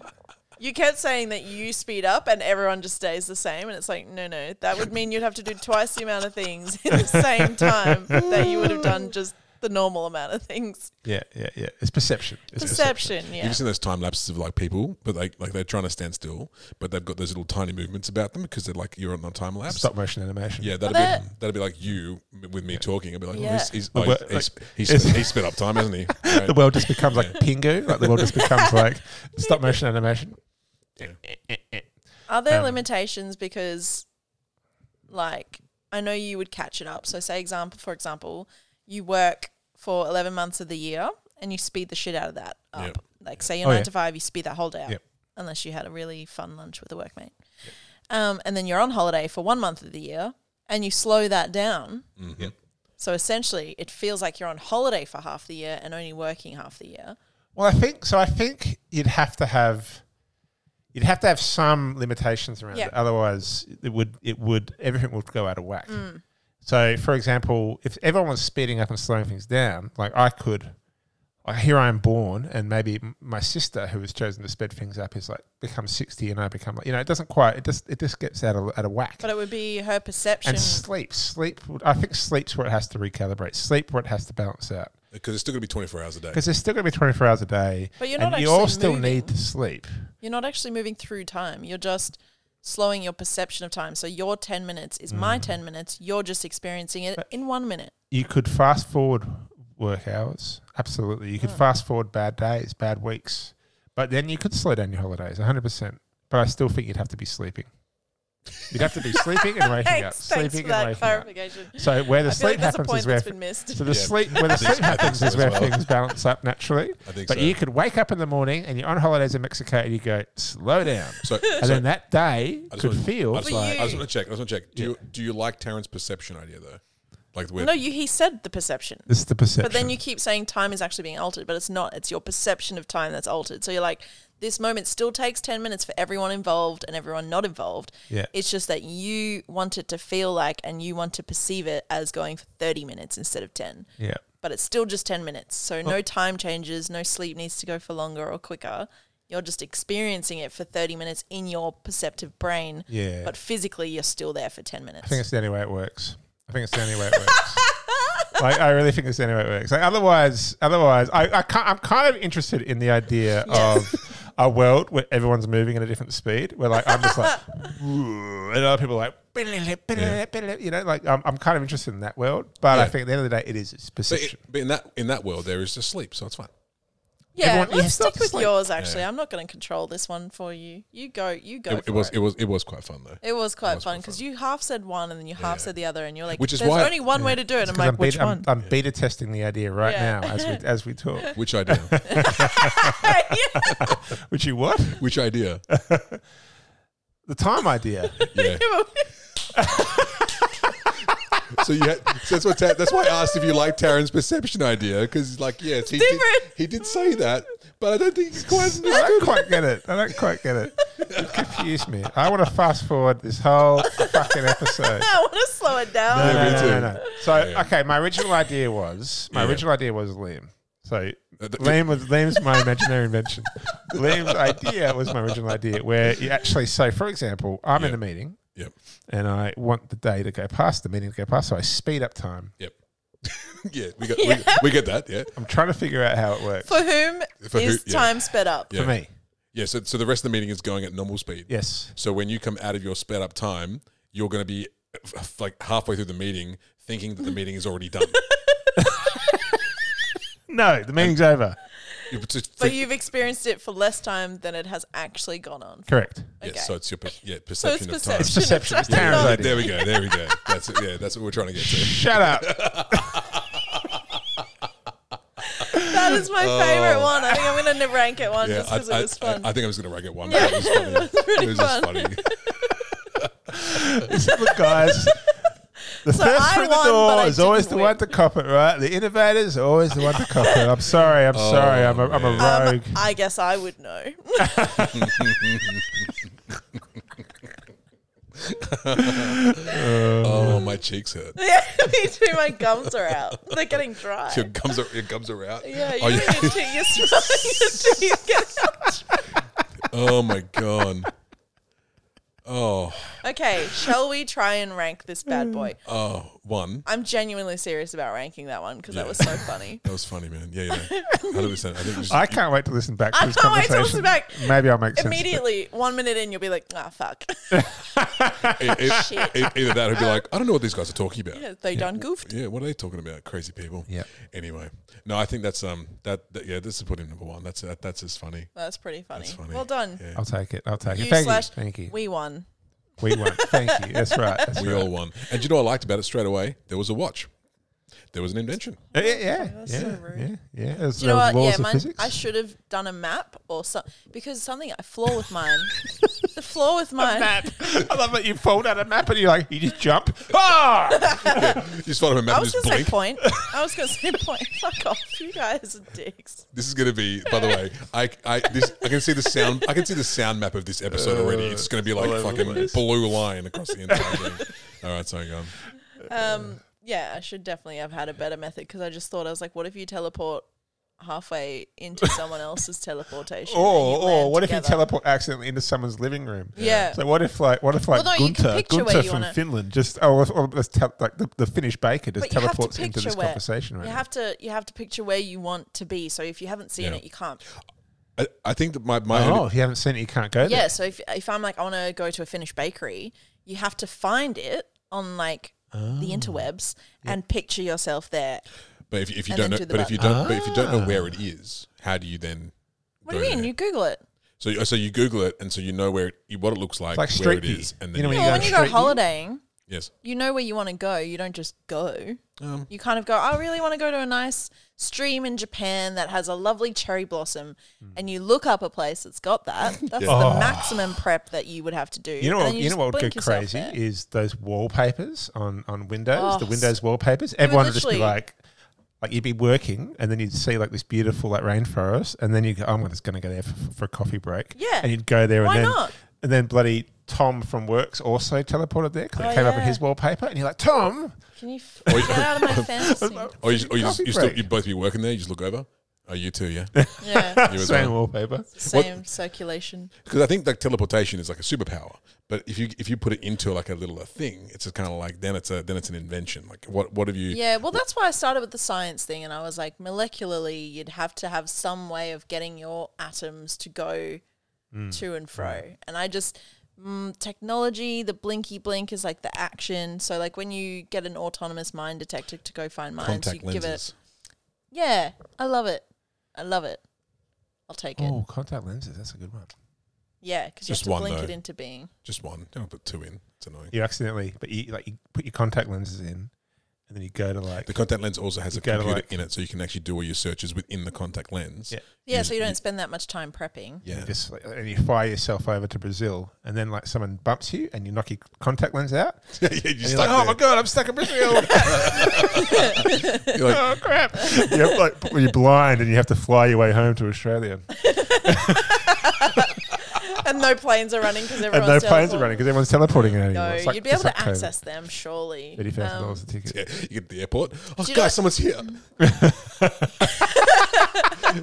A: You kept saying that you speed up and everyone just stays the same, and it's like, no, no, that would mean you'd have to do twice the amount of things in the same time that you would have done just the normal amount of things.
C: yeah, yeah, yeah. It's perception. It's
A: Perception, yeah.
B: You've seen those time lapses of like people, but like like they're trying to stand still, but they've got those little tiny movements about them because they're like you're on a time lapse.
C: Stop motion animation.
B: Yeah, that'd
A: But
B: be that'd be like you with me talking. I'd be like, oh,
A: Yeah.
B: he's, he's, oh,
C: Well,
B: he's, he's,
C: like-
B: he's,
C: it's-
B: sped, he's sped up time, hasn't he? Right.
C: *laughs* The world just becomes like Pingu. Like the world just becomes like stop motion animation.
A: Are there
C: Um,
A: limitations because, like, I know you would catch it up. So, say example for example, you work for eleven months of the year and you speed the shit out of that up.
B: Yep.
A: Like, say you're
C: Oh,
A: nine
C: yeah.
A: to five, you speed that whole day up,
C: Yep.
A: unless you had a really fun lunch with a workmate.
C: Mm-hmm.
A: Um, and then you're on holiday for one month of the year and you slow that down.
B: Mhm.
A: So essentially, it feels like you're on holiday for half the year and only working half the year.
C: Well, I think so. I think you'd have to have you'd have to have some limitations around
A: Yeah.
C: it. Otherwise, it would it would everything would go out of whack. So, for example, if everyone was speeding up and slowing things down, like I could, like here I am born, and maybe m- my sister who has chosen to speed things up is like becomes sixty, and I become like you know it doesn't quite it just it just gets out of out of whack.
A: But it would be her perception.
C: and sleep, sleep. would- I think sleep's where it has to recalibrate. Sleep where it has to balance out
B: because it's still going to be 24 hours a day.
C: because there's still going to be 24 hours a day.
A: But you're
C: and
A: not
C: you all
A: actually
C: still
A: moving.
C: need to sleep.
A: You're not actually moving through time. You're just slowing your perception of time. So your 10 minutes is my
C: Mm.
A: 10 minutes. You're just experiencing it in one minute.
C: You could fast forward work hours. Absolutely. You
A: Hmm.
C: could fast forward bad days, bad weeks. But then you could slow down your holidays 100%. But I still think you'd have to be sleeping. You'd have to be sleeping
A: *laughs*
C: and waking up.
A: Thanks, thanks for
C: Sleeping and
A: that
C: waking up.
A: clarification.
C: So where the
A: I feel
C: sleep
A: like that's a
C: happens
A: point
C: is where
A: that's been missed.
C: *laughs* so the
B: Yeah.
C: sleep where the
B: I think-
C: sleep
B: I think
C: happens
B: so
C: is
B: as
C: where
B: well.
C: things balance up naturally.
B: I think
C: But
B: so.
C: you could wake up in the morning and you're on holidays in Mexico and you go
B: *laughs*
C: slow down,
B: so,
C: and
B: so
C: then that day
B: I just
C: could
B: wanna-
C: feel
B: I just,
A: For
B: wanna- I
A: you.
B: just want to check. I just want to check. Do you do you like Taryn's perception idea though? Like the way
A: No, you, he said the perception.
C: this is the perception.
A: But then you keep saying time is actually being altered, but it's not. It's your perception of time that's altered. So you're like, this moment still takes 10 minutes for everyone involved and everyone not involved.
C: Yeah.
A: It's just that you want it to feel like and you want to perceive it as going for 30 minutes instead of 10.
C: yeah.
A: But it's still just 10 minutes. So no time changes, no sleep needs to go for longer or quicker. You're just experiencing it for 30 minutes in your perceptive brain.
C: Yeah.
A: But physically, you're still there for 10 minutes.
C: I think it's the only way it works. I think it's the only way it
A: *laughs*
C: works. like I really think it's the only way it works. Like otherwise, otherwise, I, I can't, I'm kind of interested in
A: *laughs*
C: the idea of a world where everyone's moving at a different speed. Where like I'm just
A: *laughs*
C: like, "Ooh," and other people are like, you know, like I'm, I'm kind of interested in that world. But I
B: Yeah.
C: think at the end of the day, it is its
B: but,
C: perception.
B: it- but in that in that world there is just sleep, so it's fine.
A: Yeah,
C: Everyone-
A: let's
C: yeah,
A: stick with
C: like-
A: yours. Actually, I'm not going to control this one for you. You go. You go.
B: It, it
A: for
B: was
A: It.
B: it was it was quite fun though.
A: It was quite
B: was
A: fun
B: quite
A: because you half said one and then you half said the other, and you're like,
B: Which is
A: "There's
B: why-
A: only one way to do it." I'm
C: 'Cause
A: like,
C: I'm,
A: "Which
C: beta, I'm,
A: one?"
C: I'm beta testing the idea right
A: Yeah.
C: now
A: *laughs*
C: as we as we talk.
B: Which idea?
C: Would you what?
B: Which idea?
C: The
A: *laughs*
C: time idea.
B: Yeah. So you had, so that's what Ta- that's why I asked if you like Taryn's perception idea because like yes he did,
A: different.
B: he did say that, but I don't think he's quite. as-
C: I don't quite get it. I don't quite get it. It confused me. I want to fast forward this whole fucking
A: *laughs*
C: episode.
A: I want to slow it down.
C: No, no,
B: me
C: no,
B: too.
C: no, no. So okay, my original idea was my original idea was Liam. So
B: th-
C: Liam was Liam's my imaginary invention. Liam's idea was my original idea where you actually so for example, I'm in
B: Yeah.
C: a meeting
B: Yep.
C: and I want the day to go past, the meeting to go past, so I speed up time.
B: Yep. *laughs* yeah. We got We, we get that. Yeah.
C: I'm trying to figure out how it works.
A: For whom is
B: For who- yeah.
A: time sped up?
B: Yeah.
C: For me.
B: Yeah. So so the rest of the meeting is going at normal speed.
C: Yes.
B: So when you come out of your sped up time, you're going to be f- f- like halfway through the meeting thinking that the meeting is
A: *laughs*
B: already done.
C: No, the meeting's over.
B: You just
A: But
B: think-
A: you've experienced it for less time than it has actually gone on.
C: Correct.
B: yeah,
A: Okay.
B: so it's your per- yeah,
A: So it's
B: perception of time.
A: perception.
C: perception.
A: of
C: It's
A: time.
C: Taryn's
B: Yeah,
A: No.
C: idea.
B: there we go. There we go. That's it. Yeah, that's what we're trying to get to.
C: Shut up.
A: That is my favorite one. I think I'm going to rank it one
B: Oh. Yeah,
A: just
B: I,
A: because it
B: I-
A: was fun.
B: I, I think I was going to rank it
A: *laughs*
B: one. but It was funny.
A: pretty
B: it was just
A: fun.
B: funny.
C: *laughs* Look, guys. The first
A: I
C: through
A: won,
C: the
A: but I
C: door is always the
A: didn't
C: one to cop it, right? The innovators are always the one to cop it. I'm sorry, I'm sorry, I'm a, I'm a
A: Um,
C: rogue.
A: I guess I would know.
B: *laughs*
A: *laughs*
B: Oh, my cheeks hurt.
A: yeah, me too. My gums are out. They're getting dry.
B: Your gums are your gums are out.
A: Yeah, you
B: Oh,
A: oh,
B: yeah.
A: your *laughs* teeth. You're
B: *laughs*
A: smelling your teeth. Get *laughs* out.
B: oh my god. Oh,
A: Okay, shall we try and rank this bad boy?
B: oh, one.
A: I'm genuinely serious about ranking that one because
B: Yeah.
A: that was so
B: *laughs*
A: funny.
B: That was funny, man. Yeah,
C: *laughs*
B: yeah. Hundred percent. I think we should-
C: I can't wait to listen back to
A: I
C: this
A: can't wait to listen
C: conversation.
A: back.
C: Maybe I'll make sense. of it.
A: Immediately, one minute in, you'll be like, ah, fuck. *laughs*
B: e- e-
A: Shit.
B: e- either that, or be like, I don't know what these guys are talking about.
A: they done goofed.
B: Yeah, what are they talking about? Crazy people.
C: Yeah.
B: Anyway, no, I think that's um that, that yeah, this is put in number one. That's that, that's as funny.
A: That's pretty funny.
B: That's funny.
A: Well done.
B: Yeah.
C: I'll take it. I'll take
A: You
C: it. Thank
A: slash
C: you. Thank you.
A: we won.
C: We won. Thank you.
A: *laughs*
C: That's right. That's
B: We
C: right.
B: all won. And you know what I liked about it straight away? There was a watch. There was an invention.
C: Yeah, yeah,
A: That's
C: yeah,
A: so
C: yeah,
A: rude.
C: yeah. It was,
A: Do you know
C: there
A: what?
C: was laws
A: Yeah,
C: of
A: mine,
C: physics. *laughs*
A: I should have done a map or something because something I flaw with mine. the floor with mine.
C: *laughs* map. I love that you fold out a map and you're like, you just jump. Ah!
B: You just follow him
A: I
B: out and
A: was
B: just
A: going to say
B: blink.
A: point. I was going to say point. Fuck off. You guys are dicks.
B: This is going to be, by the way, I, I, this, I can see the sound. I can see the sound map of this episode already. It's going to be like
C: all over the
B: fucking
C: place.
B: blue line across the entire
C: *laughs*
B: thing. All right, sorry, go on.
A: Um, yeah, I should definitely have had a better method because I just thought I was like, what if you teleport halfway into someone else's teleportation? and
C: Or,
A: you land
C: or what if you
A: together?
C: teleport accidentally into someone's living room?
A: Yeah.
C: So what if like what if like
A: Well, no, you can
C: Gunter,
A: picture where
C: Gunter
A: you
C: from
A: wanna-
C: Finland just oh or, or just te- like the, the Finnish baker just
A: But you have to
C: teleports into this
A: picture where-
C: conversation right
A: You
C: now.
A: have to you have to picture where you want to be. So if you haven't seen
B: Yeah.
A: it, you can't.
B: I, I think that my, my
C: Oh, if you haven't seen it, you can't go
A: Yeah. So if if I'm like I want to go to a Finnish bakery, you have to find it on like
C: Oh.
A: the interwebs and picture yourself there.
B: but if, if you
A: and then
B: don't know,
A: do the Ah.
B: but if you don't, but if you don't know where it is, how do you then?
A: What
B: go
A: do you mean?
B: there?
A: You Google it.
B: so so you Google it, and so you know where it, you- what it looks like,
C: like
B: where
C: Street
B: it
C: View.
B: is, and then
C: You know
B: you
C: when
A: Yeah, when
C: go
A: you
C: straight
A: go
C: in?
A: holidaying,
B: yes,
A: you know where you want to go. You don't just go.
B: um,
A: You kind of go, I really want to go to a nice stream in Japan that has a lovely cherry blossom.
C: Hmm.
A: And you look up a place that's got
C: *laughs*
A: that. That's the maximum prep that you would have to do.
C: Oh. You know
A: And
C: what?
A: then
C: You, know
A: just
C: what would
A: blink
C: go
A: yourself
C: crazy
A: there.
C: is those wallpapers on on Windows.
A: Oh,
C: the
A: s-
C: Windows wallpapers. Everyone would just be
A: literally-
C: like, like you'd be working, and then you'd see like this beautiful like rainforest, and then you go, oh, "I'm just going to go there for, for a coffee break."
A: Yeah.
C: and you'd go there,
A: Why
C: and then
A: not?
C: and then bloody Tom from Works also teleported there because it
A: Oh,
C: came up in
A: yeah.
C: his wallpaper, and you're like, "Tom,
A: Can
C: *laughs*
A: you f-
B: Or you-
A: get out of my fantasy?
B: or you, or you, just,
C: Coffee
B: you still
C: break.
B: you both be working there, you just look over. Oh, you too,
C: *laughs*
B: yeah.
A: yeah.
B: You as
C: *laughs* same
B: well.
C: wallpaper."
A: Same circulation.
B: Because I think like teleportation is like a superpower, but if you if you put it into like a little a thing, it's just kind of like then it's a then it's an invention. Like what what have you?
A: Yeah, well, that's why I started with the science thing, and I was like, molecularly, you'd have to have some way of getting your atoms to go
C: Hmm. Mm.
A: to and fro. And I just mm, technology, the blinky blink is like the action. So like when you get an autonomous mine detector to go find mines,
B: Contact
A: you give
B: lenses.
A: it. Yeah, I love it. I love it. I'll take it.
C: Oh, contact lenses. That's a good one.
A: Yeah, because you
B: Just
A: have to
B: one,
A: blink
B: though.
A: it into being.
B: Just one. Don't put two in. It's annoying.
C: You accidentally, but you like you put your contact lenses in, and then you go to like
B: The contact lens also has
C: You
B: a
C: gotta,
B: computer
C: like-
B: in it, so you can actually do all your searches within the contact lens.
C: Yeah.
A: Yeah, so you
B: you-
A: don't spend that much time
C: *laughs*
A: prepping.
B: Yeah. *laughs*
C: You just like, and you fire yourself over to Brazil, and then like someone bumps you, and you knock your contact lens out.
B: yeah, you're
C: And
B: just
C: you're like,
B: stuck
C: oh my god, I'm stuck in *laughs* Brazil!
B: there. *laughs* You're
A: *laughs*
B: like,
C: oh crap! You're like you're blind, and you have to fly your way home to Australia,
A: and no planes are running because
C: and
A: everyone's
C: no planes are
A: teleporting.
C: running because everyone's teleporting anymore.
A: No,
C: It's like-
A: you'd be able
C: it's
A: to
C: like COVID.
A: access them, surely.
C: Thirty thousand
A: Um,
C: dollars a ticket.
B: yeah, you get to the airport. Oh,
A: Do you
B: guys,
A: know- *laughs*
B: someone's here.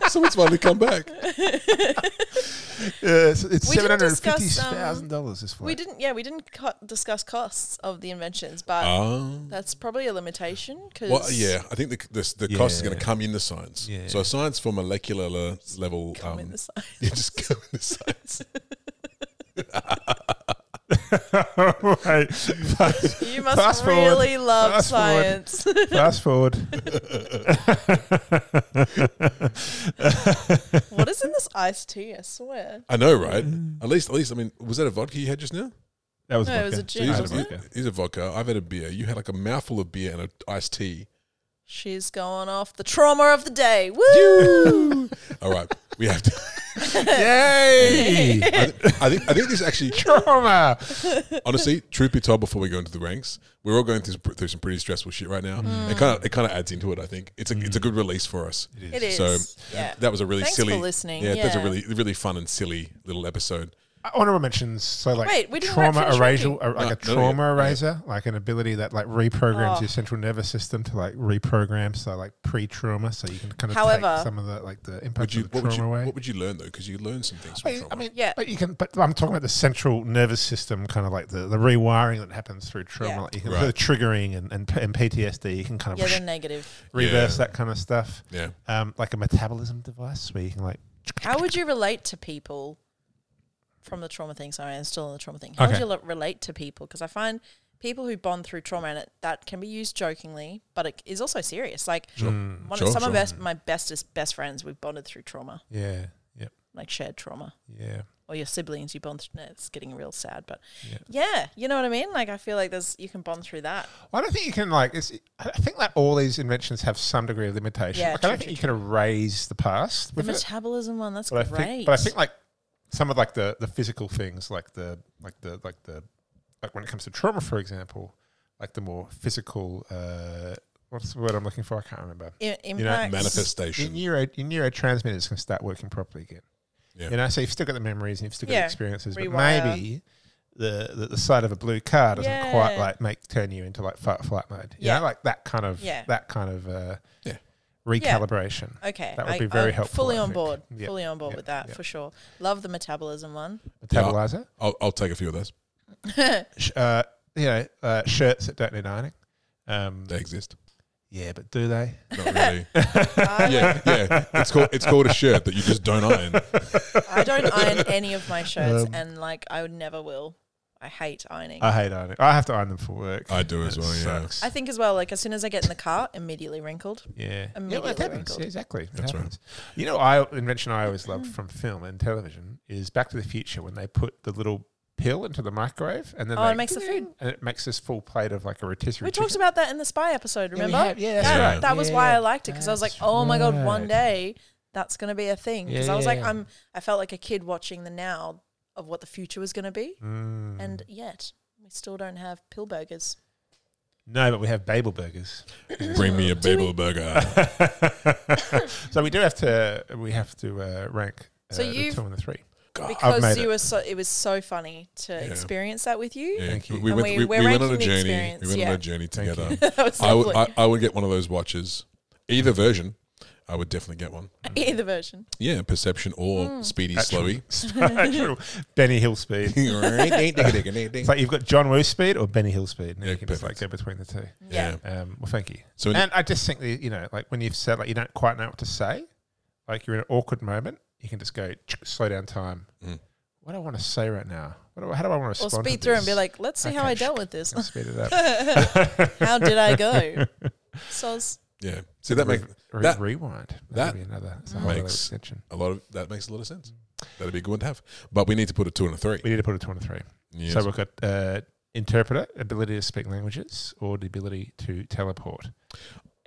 B: someone's finally come back.
C: Yeah, Uh, it's
A: We didn't
C: seven hundred and fifty
A: discuss,
C: thousand
A: um,
C: dollars this flight.
A: we didn't, yeah, we didn't co- discuss costs of the inventions, but
B: Oh.
A: that's probably a limitation because
B: Well, yeah, I think the the, the cost is going to
C: Yeah.
B: come in the science.
C: Yeah.
B: So science for molecular le- level.
A: I'm
B: um, *laughs*
A: in the science.
B: you just go in the science. *laughs*
C: Right. *laughs*
A: *laughs*
C: Fast-
A: You must
C: Fast forward,
A: really love
C: fast forward.
A: science.
C: Fast
A: *laughs*
C: forward.
A: what is in this iced tea? I swear.
B: I know, right? At least, at least. I mean, was that a vodka you had just now?
C: That was
A: No, it was
C: vodka.
A: a gin,
C: I had
A: wasn't it?
C: vodka.
B: Here's a vodka. I've had a beer. You had like a mouthful of beer and an iced tea.
A: She's going off the trauma of the day. Woo!
B: All right, we have to. *laughs*
A: *laughs*
C: Yay!
B: I, thi- I think I think this actually,
C: *laughs* Trauma.
B: honestly, truth be told, before we go into the ranks, we're all going through, some- through some pretty stressful shit right now.
A: Mm.
B: It kind of it kind of adds into it. I think it's a it's
C: Mm.
B: a good release for us.
A: it is.
B: So
A: yeah.
B: that was a really
A: Thanks
B: silly.
A: for listening.
B: Yeah, that's a
A: Yeah.
B: really really fun and silly little episode.
C: honorable mentions so like
A: Wait, we didn't
C: trauma
A: finish
C: erasure
A: ranking.
C: uh, like
B: No,
C: a
B: no,
C: trauma
B: yeah, yeah.
C: eraser like an ability that like reprograms
A: Oh.
C: your central nervous system to like reprogram so like pre-trauma so you can kind of
A: However-
C: take some of the like the
B: Would
C: impact
B: you
C: of the
B: what would
C: trauma
B: you
C: away
B: what would you learn though? Because you learn some things. From
C: I, I
B: trauma.
C: mean
A: Yeah.
C: but you can but i'm talking about the central nervous system kind of like the, the rewiring that happens through trauma
A: Yeah.
C: like you can,
B: Right.
C: the triggering and, and, P- and ptsd you can kind
A: Yeah,
C: of
A: they're negative.
C: reverse
B: Yeah.
C: that kind of stuff
B: yeah.
C: um like a metabolism device where you can like
A: How would you relate to people from the trauma thing? Sorry, I'm still on the trauma thing. How would
C: Okay.
A: you lo- relate to people? Because I find people who bond through trauma and it, that can be used jokingly, but it is also serious. Like
C: Mm.
A: one
B: Sure,
A: of some
B: sure.
A: of best, my bestest best friends, we've bonded through trauma,
C: yeah yep
A: like shared trauma.
C: yeah
A: Or your siblings, you bond. Through, no, it's getting real sad, but
C: Yeah.
A: yeah. you know what I mean. Like I feel like there's you can bond through that.
C: I don't think you can like. It's, I think that all these inventions have some degree of limitation.
A: Yeah,
C: like, I
A: true,
C: don't
A: true,
C: think you can erase the past.
A: The
C: With it,
A: metabolism one, that's
C: but I
A: great.
C: think, but I think like some of like the the physical things, like the like the like the like when it comes to trauma, for example, like the more physical. Uh, what's the word I'm looking for? I can't remember.
A: I-
C: know,
A: impacts.
C: Your,
B: Manifestation.
C: neuro, your neurotransmitters can start working properly again.
B: Yeah.
C: You know, so you've still got the memories and you've still got
A: Yeah.
C: the experiences, but
A: Rewire.
C: maybe the, the the sight of a blue car doesn't quite
A: Yeah.
C: like make turn you into like fight or flight mode. You
A: Yeah.
C: know, like that kind of
A: Yeah.
C: that kind of uh,
B: Yeah.
C: recalibration.
A: Okay,
C: That would
A: I-
C: be very
A: I'm
C: helpful,
A: Fully
C: I
A: on
C: think.
A: board.
C: Yeah,
A: Fully on board
C: yeah,
A: with that
C: yeah.
A: for sure. Love the metabolism one. *laughs*
C: Metabolizer.
B: I'll, I'll take a few of those.
C: Sh- Uh, you know, uh, shirts that don't need ironing. Um,
B: They exist.
C: yeah, but do they?
A: *laughs*
B: Not really.
A: I,
B: yeah, yeah. It's called it's called a shirt that you just don't iron.
A: I don't
C: *laughs*
A: iron any of my shirts, and like I would never will. I hate ironing.
C: Um, I hate ironing. I have to iron them for work.
B: I do as
C: It
B: well. Yeah.
C: sucks.
A: I think as well, like as soon as I get in the car, immediately wrinkled.
C: Yeah. Yeah, well,
A: Immediately
C: it happens.
A: wrinkled.
C: Yeah, exactly. It
B: That's right.
C: happens. You know, I invention I always loved from film and television is Back to the Future when they put the little pill into the microwave and then
A: Oh,
C: they-
A: it makes the food.
C: and it makes this full plate of like a rotisserie.
A: We talked
C: chicken.
A: about that in the spy episode,
C: Yeah, we
A: remember?
C: have- yeah, that's
A: That-
B: right.
A: That was
C: Yeah,
A: why
C: yeah.
A: I liked it because I was like,
C: That's
A: oh my god, one
C: right.
A: day that's gonna be a thing. Because
C: Yeah,
A: I was like,
C: yeah.
A: I'm. I felt like a kid watching the now of what the future was gonna be,
C: Mm.
A: and yet we still don't have pill burgers.
C: no, but we have
A: *laughs*
C: Babel burgers.
B: Bring me a Babel burger.
C: so we do have to we have to uh, rank uh,
A: So
C: the
A: you've-
C: two and the three.
B: God.
C: made
A: Because you
C: it.
A: were so, it was so funny to experience that with you.
B: Yeah.
C: Thank you.
B: We
A: And we-
B: went, we,
A: we're
B: we went
A: ranking
B: on a
A: the
B: journey.
A: experience,
B: We went on
A: yeah.
B: a journey
C: Thank
A: *laughs*
B: together.
A: that was
B: I
A: lovely.
B: would I, I would get one of those watches, either version. I would definitely get one.
A: *laughs* Either version.
B: Yeah, perception or
A: Hmm.
B: speedy
C: Actual- *laughs*
B: slowy. *laughs*
C: Actual Benny Hill speed. It's
B: yeah.
C: like you've got John Woo speed or Benny Hill speed. And
B: Yeah,
C: you can just like
B: perfect.
C: go between the two.
A: Yeah.
C: Um, well, thank you.
B: So
C: and I just think that you know, like when you've said like you don't quite know what to say, like you're in an awkward moment, you can just go "Tsk, slow down time.
B: Mm.
C: What do I want to say right now? What do I, how do I want to
A: Or
C: respond?
A: speed
C: to
A: through
C: this?
A: and be like, let's see how
C: Okay,
A: I
C: sh-
A: dealt with this.
C: And speed it up.
A: *laughs* how did I go? Soz.
B: yeah. See that
C: Re-
B: makes
C: re-
B: that-
C: rewind.
B: that
C: That'd be another. That's a whole other
B: makes-
C: extension.
B: a lot of that makes a lot of sense. That'd be a good one to have. But we need to put a two and a three.
C: We need to put a two and a three.
B: Yes.
C: So we've got uh, interpreter, ability to speak languages, or the ability to teleport.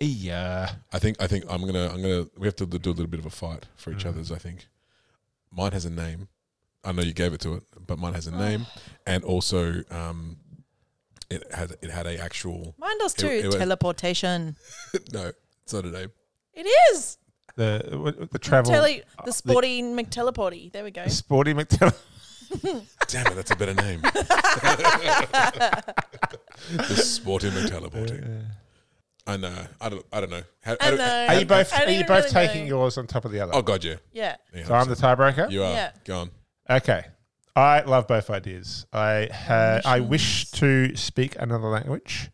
C: Yeah.
B: I think I think I'm gonna I'm gonna we have to do a little bit of a fight for each
C: Mm.
B: other's. I think mine has a name. I know you gave it to it, but mine
A: Oh.
B: has a name, and also um, it had it had a actual
A: Mine does too.
B: it was-
A: Teleportation.
B: no, it's not a name.
A: It is.
C: The what- the travel.
A: Tele-
C: the-
A: the sporty McTeleporty. There we
C: *laughs*
A: go.
C: Sporty McTele.
B: Damn it, that's a
A: *laughs*
B: better name. the sporting and teleporting. I know. I don't. I don't know. How, how
A: I
B: do-
A: know.
C: Are you both?
A: I don't
C: Are you
A: even
C: both
A: really
C: taking
A: know.
C: yours on top of the other?
B: Oh God, yeah.
A: *laughs* Yeah.
B: Yeah,
C: so I'm the tiebreaker.
B: you are
A: Yeah.
B: go on.
C: Okay, I love both ideas. I ha- I wish to speak another language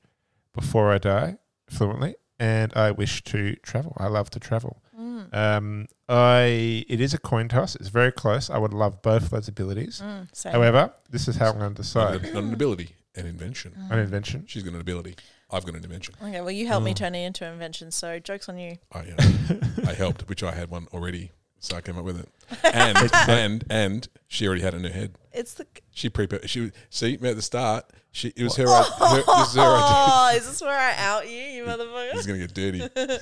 C: before I die fluently, and I wish to travel. I love to travel.
A: Mm,
C: Um, I it is a coin toss. It's very close. I would love both of those abilities.
A: Mm, same.
C: However, this is how I'm going to
B: Not,
C: decide
B: an, not an ability, an
A: Mm.
B: invention.
C: an invention.
B: She's got an ability. I've got an invention.
A: Okay, well, you helped
C: Mm.
A: me turn it into an invention, so joke's on you.
B: I, uh,
C: *laughs*
B: I helped, which I had one already, so I came up with
A: *laughs*
B: it. And and and she already had it in her head.
A: It's the.
B: She pre she see at the start. She it was her,
A: *laughs*
B: i- her this is her idea.
A: Oh, is this where I out you, you motherfucker?
B: He's gonna get dirty. No,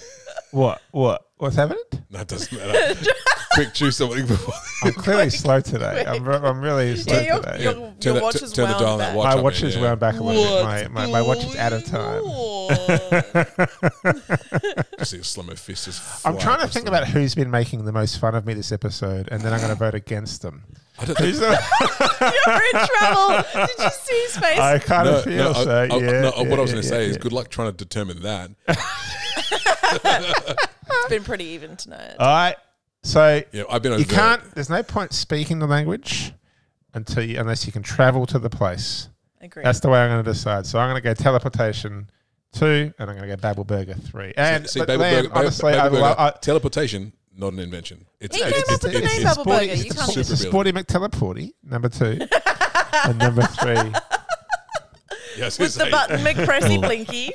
C: What? What?
B: *laughs*
C: What's happened?
B: it doesn't matter.
A: *laughs*
B: Quick, choose something before.
C: I'm clearly slow today. I'm, re- I'm really slow
A: you're-
B: *laughs*
C: today.
A: you're- Your-
B: Turn
A: your
B: that-
A: watch
B: t-
A: is
B: turn the
A: wound
B: dial on that
A: back.
B: watch.
C: my
B: up,
C: watch
B: yeah,
C: is
B: yeah.
C: wound back a little
A: What's
C: bit. My, my, my watch is out of time.
A: going on?
B: Just see a slam of fist just
C: I'm
B: fly
C: trying to
B: across
C: think
B: the
C: about
B: room.
C: who's been making the most fun of me this episode, and then I'm going to vote against them.
B: I don't
C: Who's the-
A: *laughs* You're in trouble. Did you see his face?
C: I kind
B: No,
C: of feel
B: no, I-
C: so.
B: I-
C: yeah,
B: no, uh,
C: yeah,
B: what I was
C: yeah,
B: going to say
C: yeah,
B: is
C: yeah.
B: good luck trying to determine that.
A: it's been pretty even tonight.
C: All right. So
B: Yeah, I've been over
C: you
B: there.
C: can't. There's no point speaking the language until you, unless you can travel to the place.
A: Agree.
C: That's the way I'm going to decide. So I'm going to go teleportation two, and I'm going to go Babel Burger three. And
B: See,
C: but
B: Babel
C: Liam,
B: Burger- Babel-
C: honestly,
B: Babel
C: I
B: Burger,
C: love. I,
B: teleportation, not an invention. It's,
A: He came up with the name
B: it's-
A: Babel
B: it's-
A: Burger, you
C: It's,
A: can't-
C: a, it's a
B: Superability.
C: sporty McTeleporty, number two.
A: *laughs*
C: and number three,
B: Yes,
A: With the
B: it's-
A: button, McPressy Blinky.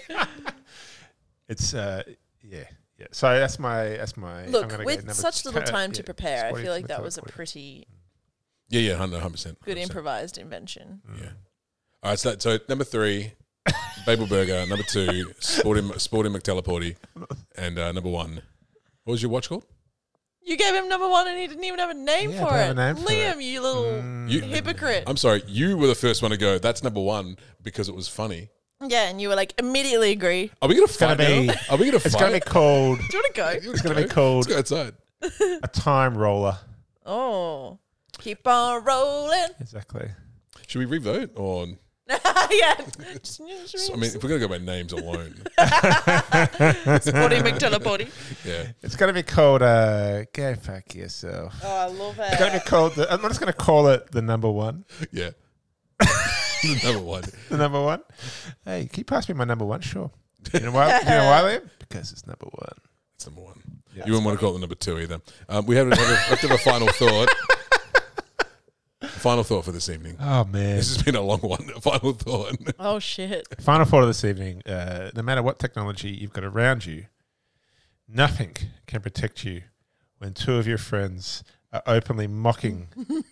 C: it's, uh, yeah. yeah. So that's my, that's my. I'm
A: Look,
C: gonna go
A: with
C: number
A: such little
C: two.
A: time to
C: Yeah,
A: prepare, I
C: sporty
A: feel like that was a
C: McTeleporty.
A: pretty
B: Yeah, yeah, 100%. 100%.
A: good improvised invention.
C: Mm.
B: Yeah. All right, so, so number three, Babel Burger. Number two, Sporting, Sporting McTeleporty. And uh, number one, what was your watch called?
A: You gave him number one and he didn't even have a name
C: Yeah,
A: for
C: I
A: it.
C: don't have a name for
A: Liam,
C: it. Mm.
A: you little
B: You-
A: hypocrite.
B: I'm sorry, you were the first one to go. That's number one because it was funny.
A: yeah, and you were like, immediately agree.
B: Are we gonna
C: gonna
B: fight now?
C: be-
B: Are we gonna
C: It's
B: fight?
C: going to
A: *laughs*
C: be called.
A: Do you want to go?
C: It's going to be called
B: Let's go outside.
C: a time roller.
A: Oh, keep on rolling. *laughs*
C: Exactly.
B: Should we revote or?
A: yeah.
B: I mean, if we're gonna go by names
C: *laughs*
B: alone,
A: Sporty McTeleporty.
B: yeah.
C: It's going to be called. Uh, go fuck yourself.
A: Oh, I love
C: It's going to
A: it.
C: be called. The, I'm just going to call it the number one.
B: Yeah. *laughs* Number one.
C: The number one. Hey, can you pass me my number one? Sure. You know why? you know why, Liam? Because it's number one.
B: That's number one. you wouldn't want to call it the number two either. Um, we have another, let's have a final thought. final thought for this evening.
C: Oh man.
B: This has been a long one. *laughs* Final thought.
A: Oh, shit.
C: Final thought of this evening: uh, No matter what technology you've got around you, nothing can protect you when two of your friends are openly mocking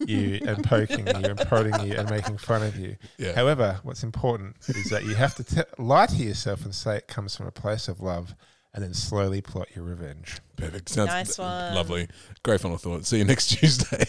C: you and poking you and prodding you and making fun of you.
B: Yeah.
C: However, what's important is that you have to t- lie to yourself and say it comes from a place of love, and then slowly plot your revenge.
B: Perfect. Sounds
A: Nice one.
B: lovely. Great final thought. See you next *laughs* Tuesday.